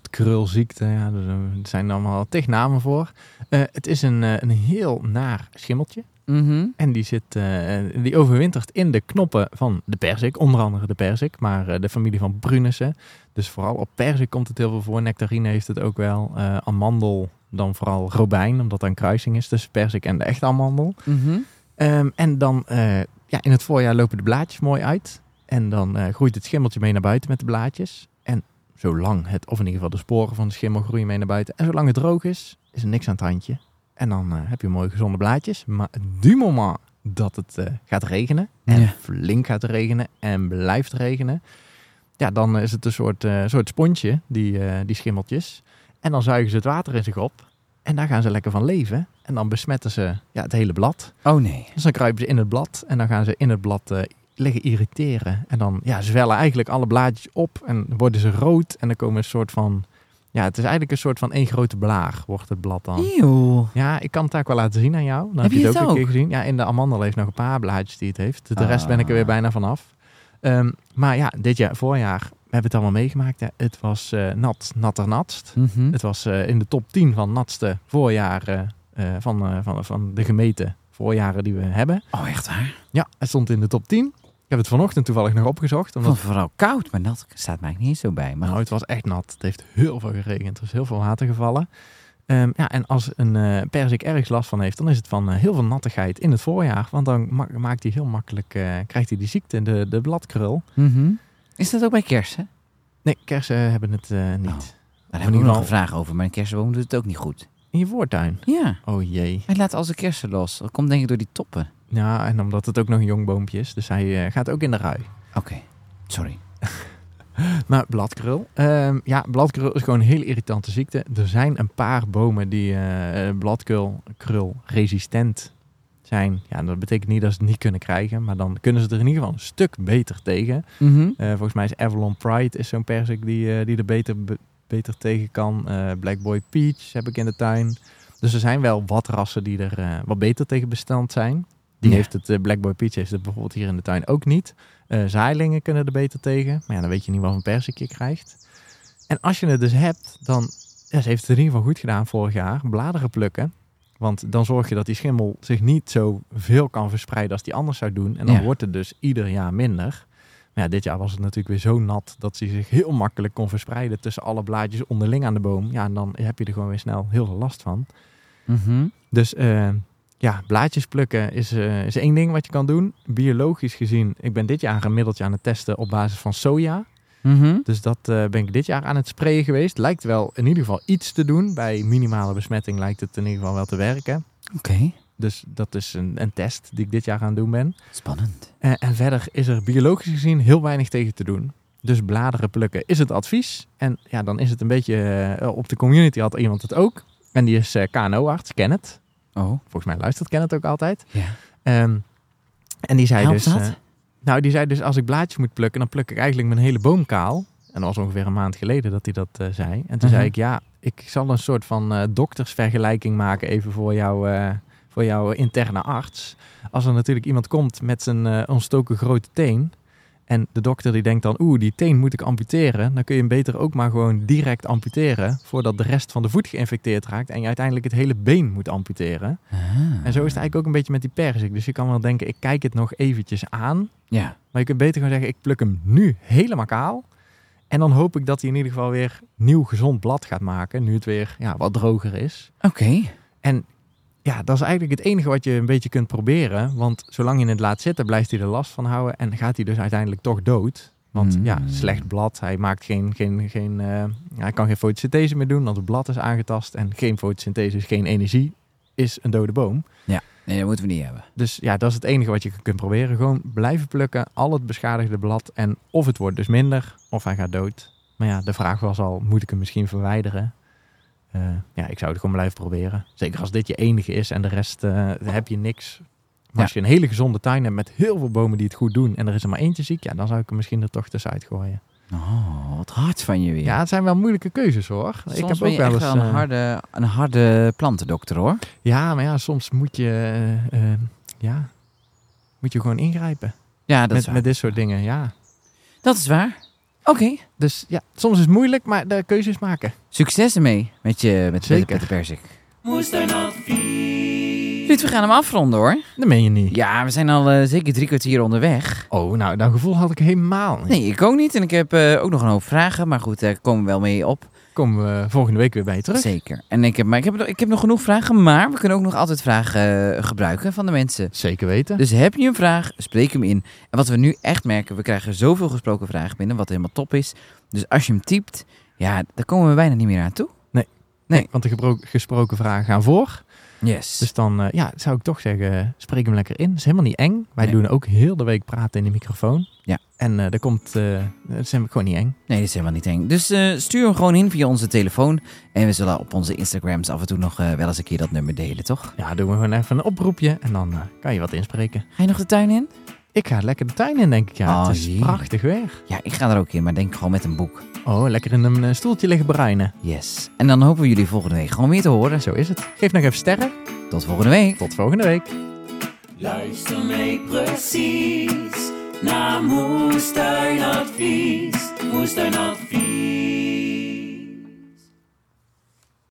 Speaker 3: bladkrulziekte. Ja, er er zijn allemaal tig namen voor. Eh, het is een, eh, een heel naar schimmeltje.
Speaker 2: Mhm.
Speaker 3: En die, zit, eh, die overwintert in de knoppen van de perzik. Onder andere de perzik, maar eh, de familie van Brunissen. Dus vooral op perzik komt het heel veel voor. Nectarine heeft het ook wel. Eh, amandel dan vooral robijn, omdat er een kruising is tussen perzik en de echte amandel.
Speaker 2: mhm.
Speaker 3: Ehm, en dan eh, ja, in het voorjaar lopen de blaadjes mooi uit. En dan eh, groeit het schimmeltje mee naar buiten met de blaadjes. En zolang het, of in ieder geval de sporen van de schimmel groeien mee naar buiten. En zolang het droog is, is er niks aan het handje. En dan eh, heb je mooie gezonde blaadjes. Maar du moment dat het eh, gaat regenen, en
Speaker 2: Ja.
Speaker 3: flink gaat regenen en blijft regenen. Ja, dan is het een soort, eh, soort sponsje, die, eh, die schimmeltjes. En dan zuigen ze het water in zich op. En daar gaan ze lekker van leven. En dan besmetten ze ja, het hele blad.
Speaker 2: Oh nee.
Speaker 3: Dus dan kruipen ze in het blad en dan gaan ze in het blad eh, liggen irriteren. En dan ja, zwellen eigenlijk alle blaadjes op en worden ze rood. En dan komen een soort van... Ja, het is eigenlijk een soort van één grote blaar, wordt het blad
Speaker 2: Oh.
Speaker 3: dan.
Speaker 2: Eeuw.
Speaker 3: Ja, ik kan het eigenlijk wel laten zien aan jou. Dan heb,
Speaker 2: je
Speaker 3: je het
Speaker 2: het
Speaker 3: ook een keer
Speaker 2: ook?
Speaker 3: gezien. Ja, in de amandel heeft nog een paar blaadjes die het heeft. De rest ben ik er weer
Speaker 2: Ah.
Speaker 3: bijna vanaf. Ehm maar ja, dit jaar, voorjaar, we hebben het allemaal meegemaakt. Hè. Het was eh, nat, natter natst.
Speaker 2: Mhm.
Speaker 3: Het was eh, in de top 10 van natste voorjaren eh, van, eh, van, van de gemeente voorjaren die we hebben.
Speaker 2: Oh, echt waar?
Speaker 3: Ja, het stond in de top 10. Ik heb het vanochtend toevallig nog opgezocht.
Speaker 2: Ik vond
Speaker 3: Omdat
Speaker 2: het vooral koud, maar dat staat mij niet zo bij. Maar
Speaker 3: nou, het was echt nat. Het heeft heel veel geregend. Er is heel veel water gevallen. Ehm, ja, en als een eh, perzik ergens last van heeft, dan is het van eh, heel veel nattigheid in het voorjaar. Want dan ma- maakt hij heel makkelijk, eh, krijgt hij die ziekte, de, de bladkrul.
Speaker 2: Mhm. Is dat ook bij kersen?
Speaker 3: Nee, kersen hebben het eh, niet.
Speaker 2: Daar
Speaker 3: in
Speaker 2: hebben we
Speaker 3: ieder
Speaker 2: nog
Speaker 3: geval-
Speaker 2: een vraag over, maar een kersenboom doet het ook niet goed.
Speaker 3: In je voortuin.
Speaker 2: Ja.
Speaker 3: Oh jee.
Speaker 2: Hij laat al zijn kersen los. Dat komt denk ik door die toppen.
Speaker 3: Ja, en omdat het ook nog een jong boompje is, dus hij eh, gaat ook in de rui.
Speaker 2: Oké, sorry.
Speaker 3: Maar bladkrul. Ehm, ja, bladkrul is gewoon een heel irritante ziekte. Er zijn een paar bomen die eh eh, bladkrul krul resistent zijn. Ja, dat betekent niet dat ze het niet kunnen krijgen, maar dan kunnen ze er in ieder geval een stuk beter tegen.
Speaker 2: Mhm.
Speaker 3: Eh, volgens mij is Avalon Pride is zo'n persik die, eh, die er beter, be- beter tegen kan. Eh, Black Boy Peach heb ik in de tuin. Dus er zijn wel wat rassen die er eh, wat beter tegen bestand zijn. Die
Speaker 2: Ja.
Speaker 3: heeft het, eh, Black Boy Peach heeft het bijvoorbeeld hier in de tuin ook niet. Eh zaailingen kunnen er beter tegen. Maar ja, dan weet je niet wat voor persik je krijgt. En als je het dus hebt, dan ja, ze heeft het in ieder geval goed gedaan vorig jaar. Bladeren plukken. Want dan zorg je dat die schimmel zich niet zo veel kan verspreiden als die anders zou doen. En dan
Speaker 2: Ja.
Speaker 3: wordt het dus ieder jaar minder. Maar ja, dit jaar was het natuurlijk weer zo nat dat ze zich heel makkelijk kon verspreiden tussen alle blaadjes onderling aan de boom. Ja, en dan heb je er gewoon weer snel heel veel last van.
Speaker 2: Mhm.
Speaker 3: Dus eh, ja, blaadjes plukken is, eh, is één ding wat je kan doen. Biologisch gezien, ik ben dit jaar een middeltje aan het testen op basis van soja.
Speaker 2: Mhm.
Speaker 3: Dus dat eh, ben ik dit jaar aan het sprayen geweest. Lijkt wel in ieder geval iets te doen. Bij minimale besmetting lijkt het in ieder geval wel te werken.
Speaker 2: Oké,
Speaker 3: Dus dat is een, een test die ik dit jaar aan het doen ben.
Speaker 2: spannend.
Speaker 3: Eh, en verder is er biologisch gezien heel weinig tegen te doen. Dus bladeren plukken is het advies. En ja, dan is het een beetje... eh, op de community had iemand het ook. En die is eh KNO-arts, Kenneth.
Speaker 2: Oh,
Speaker 3: Volgens mij luistert Kenneth ook altijd.
Speaker 2: ja.
Speaker 3: Ehm, En die zei
Speaker 2: Helpt
Speaker 3: dus.
Speaker 2: dat?
Speaker 3: eh, nou, die zei dus: als ik blaadjes moet plukken, dan pluk ik eigenlijk mijn hele boom kaal. En dat was ongeveer een maand geleden dat hij dat eh, zei. En toen zei
Speaker 2: Mhm.
Speaker 3: ik: ja, ik zal een soort van eh, doktersvergelijking maken even voor jou. eh, voor jouw interne arts. Als er natuurlijk iemand komt met zijn eh, ontstoken grote teen. En de dokter die denkt dan, oeh, die teen moet ik amputeren. Dan kun je hem beter ook maar gewoon direct amputeren. Voordat de rest van de voet geïnfecteerd raakt. En je uiteindelijk het hele been moet amputeren.
Speaker 2: Ah.
Speaker 3: En zo is het eigenlijk ook een beetje met die perzik. Dus je kan wel denken, ik kijk het nog eventjes aan.
Speaker 2: Ja.
Speaker 3: Maar je kunt beter gewoon zeggen, ik pluk hem nu helemaal kaal. En dan hoop ik dat hij in ieder geval weer nieuw gezond blad gaat maken. Nu het weer ja, wat droger is.
Speaker 2: Oké.
Speaker 3: Ja, dat is eigenlijk het enige wat je een beetje kunt proberen. Want zolang je het laat zitten, blijft hij er last van houden. En gaat hij dus uiteindelijk toch dood. Want
Speaker 2: Mm.
Speaker 3: ja, slecht blad. Hij, maakt geen, geen, geen, eh, hij kan geen fotosynthese meer doen, want het blad is aangetast. En geen fotosynthese is geen energie, is een dode boom.
Speaker 2: Nee, dat moeten we niet hebben.
Speaker 3: Dus ja, dat is het enige wat je kunt proberen. Gewoon blijven plukken, al het beschadigde blad. En of het wordt dus minder, of hij gaat dood. Maar ja, de vraag was al, moet ik hem misschien verwijderen? Eh, ja, ik zou het gewoon blijven proberen. Zeker als dit je enige is en de rest eh, heb je niks. Maar
Speaker 2: Ja.
Speaker 3: als je een hele gezonde tuin hebt met heel veel bomen die het goed doen... en er is er maar eentje ziek, ja, dan zou ik hem misschien er toch tussenuit gooien.
Speaker 2: Oh, wat hard van je weer.
Speaker 3: Ja, het zijn wel moeilijke keuzes hoor.
Speaker 2: Soms
Speaker 3: ik heb
Speaker 2: ben
Speaker 3: ook
Speaker 2: je
Speaker 3: wel
Speaker 2: echt
Speaker 3: eens...
Speaker 2: wel een
Speaker 3: eh,
Speaker 2: harde, een harde plantendokter hoor.
Speaker 3: Ja, maar ja, soms moet je, eh, eh, ja, moet je gewoon ingrijpen.
Speaker 2: Ja, dat, is,
Speaker 3: Met,
Speaker 2: waar.
Speaker 3: met dit soort dingen, ja.
Speaker 2: dat is waar. Oké.
Speaker 3: Dus ja, soms is het moeilijk, maar de keuzes maken.
Speaker 2: Succes ermee met je met, met,
Speaker 3: Zeker.
Speaker 2: met de persik.
Speaker 1: Moestuinadvies.
Speaker 2: Ruud, we gaan hem afronden hoor.
Speaker 3: Dat meen je niet.
Speaker 2: Ja, we zijn al eh, zeker drie kwartier onderweg.
Speaker 3: Oh, nou, dat gevoel had ik helemaal niet.
Speaker 2: Nee, ik ook niet. En ik heb eh, ook nog een hoop vragen. Maar goed, daar komen we wel mee op.
Speaker 3: Komen we volgende week weer bij je terug.
Speaker 2: Zeker. En ik heb, maar ik heb, ik heb nog genoeg vragen. Maar we kunnen ook nog altijd vragen eh, gebruiken van de mensen.
Speaker 3: Zeker weten.
Speaker 2: Dus heb je een vraag, spreek hem in. En wat we nu echt merken, we krijgen zoveel gesproken vragen binnen, wat helemaal top is. Dus als je hem typt, ja, daar komen we bijna niet meer aan toe. nee.
Speaker 3: Want de gebro- gesproken vragen gaan voor.
Speaker 2: Yes.
Speaker 3: Dus dan eh, ja, zou ik toch zeggen, spreek hem lekker in. Het is helemaal niet eng. Wij
Speaker 2: Nee.
Speaker 3: doen ook heel de week praten in de microfoon.
Speaker 2: Ja.
Speaker 3: En eh dat komt, eh dat is gewoon niet eng.
Speaker 2: nee, dat is helemaal niet eng. Dus eh, stuur hem gewoon in via onze telefoon. En we zullen op onze Instagrams af en toe nog eh, wel eens een keer dat nummer delen, toch?
Speaker 3: Ja, doen we gewoon even een oproepje en dan eh, kan je wat inspreken.
Speaker 2: Ga je nog de tuin in?
Speaker 3: Ik ga lekker de tuin in, denk ik. Ja,
Speaker 2: Oh,
Speaker 3: het is
Speaker 2: jee.
Speaker 3: prachtig weer.
Speaker 2: Ja, ik ga er ook in, maar denk gewoon met een boek.
Speaker 3: Oh, lekker in een eh, stoeltje liggen bruinen.
Speaker 2: Yes. En dan hopen we jullie volgende week gewoon weer te horen.
Speaker 3: Zo is het. Geef nog even sterren.
Speaker 2: Tot volgende week.
Speaker 3: Tot volgende week.
Speaker 1: Luister mee precies naar moestuinadvies. Moestuinadvies.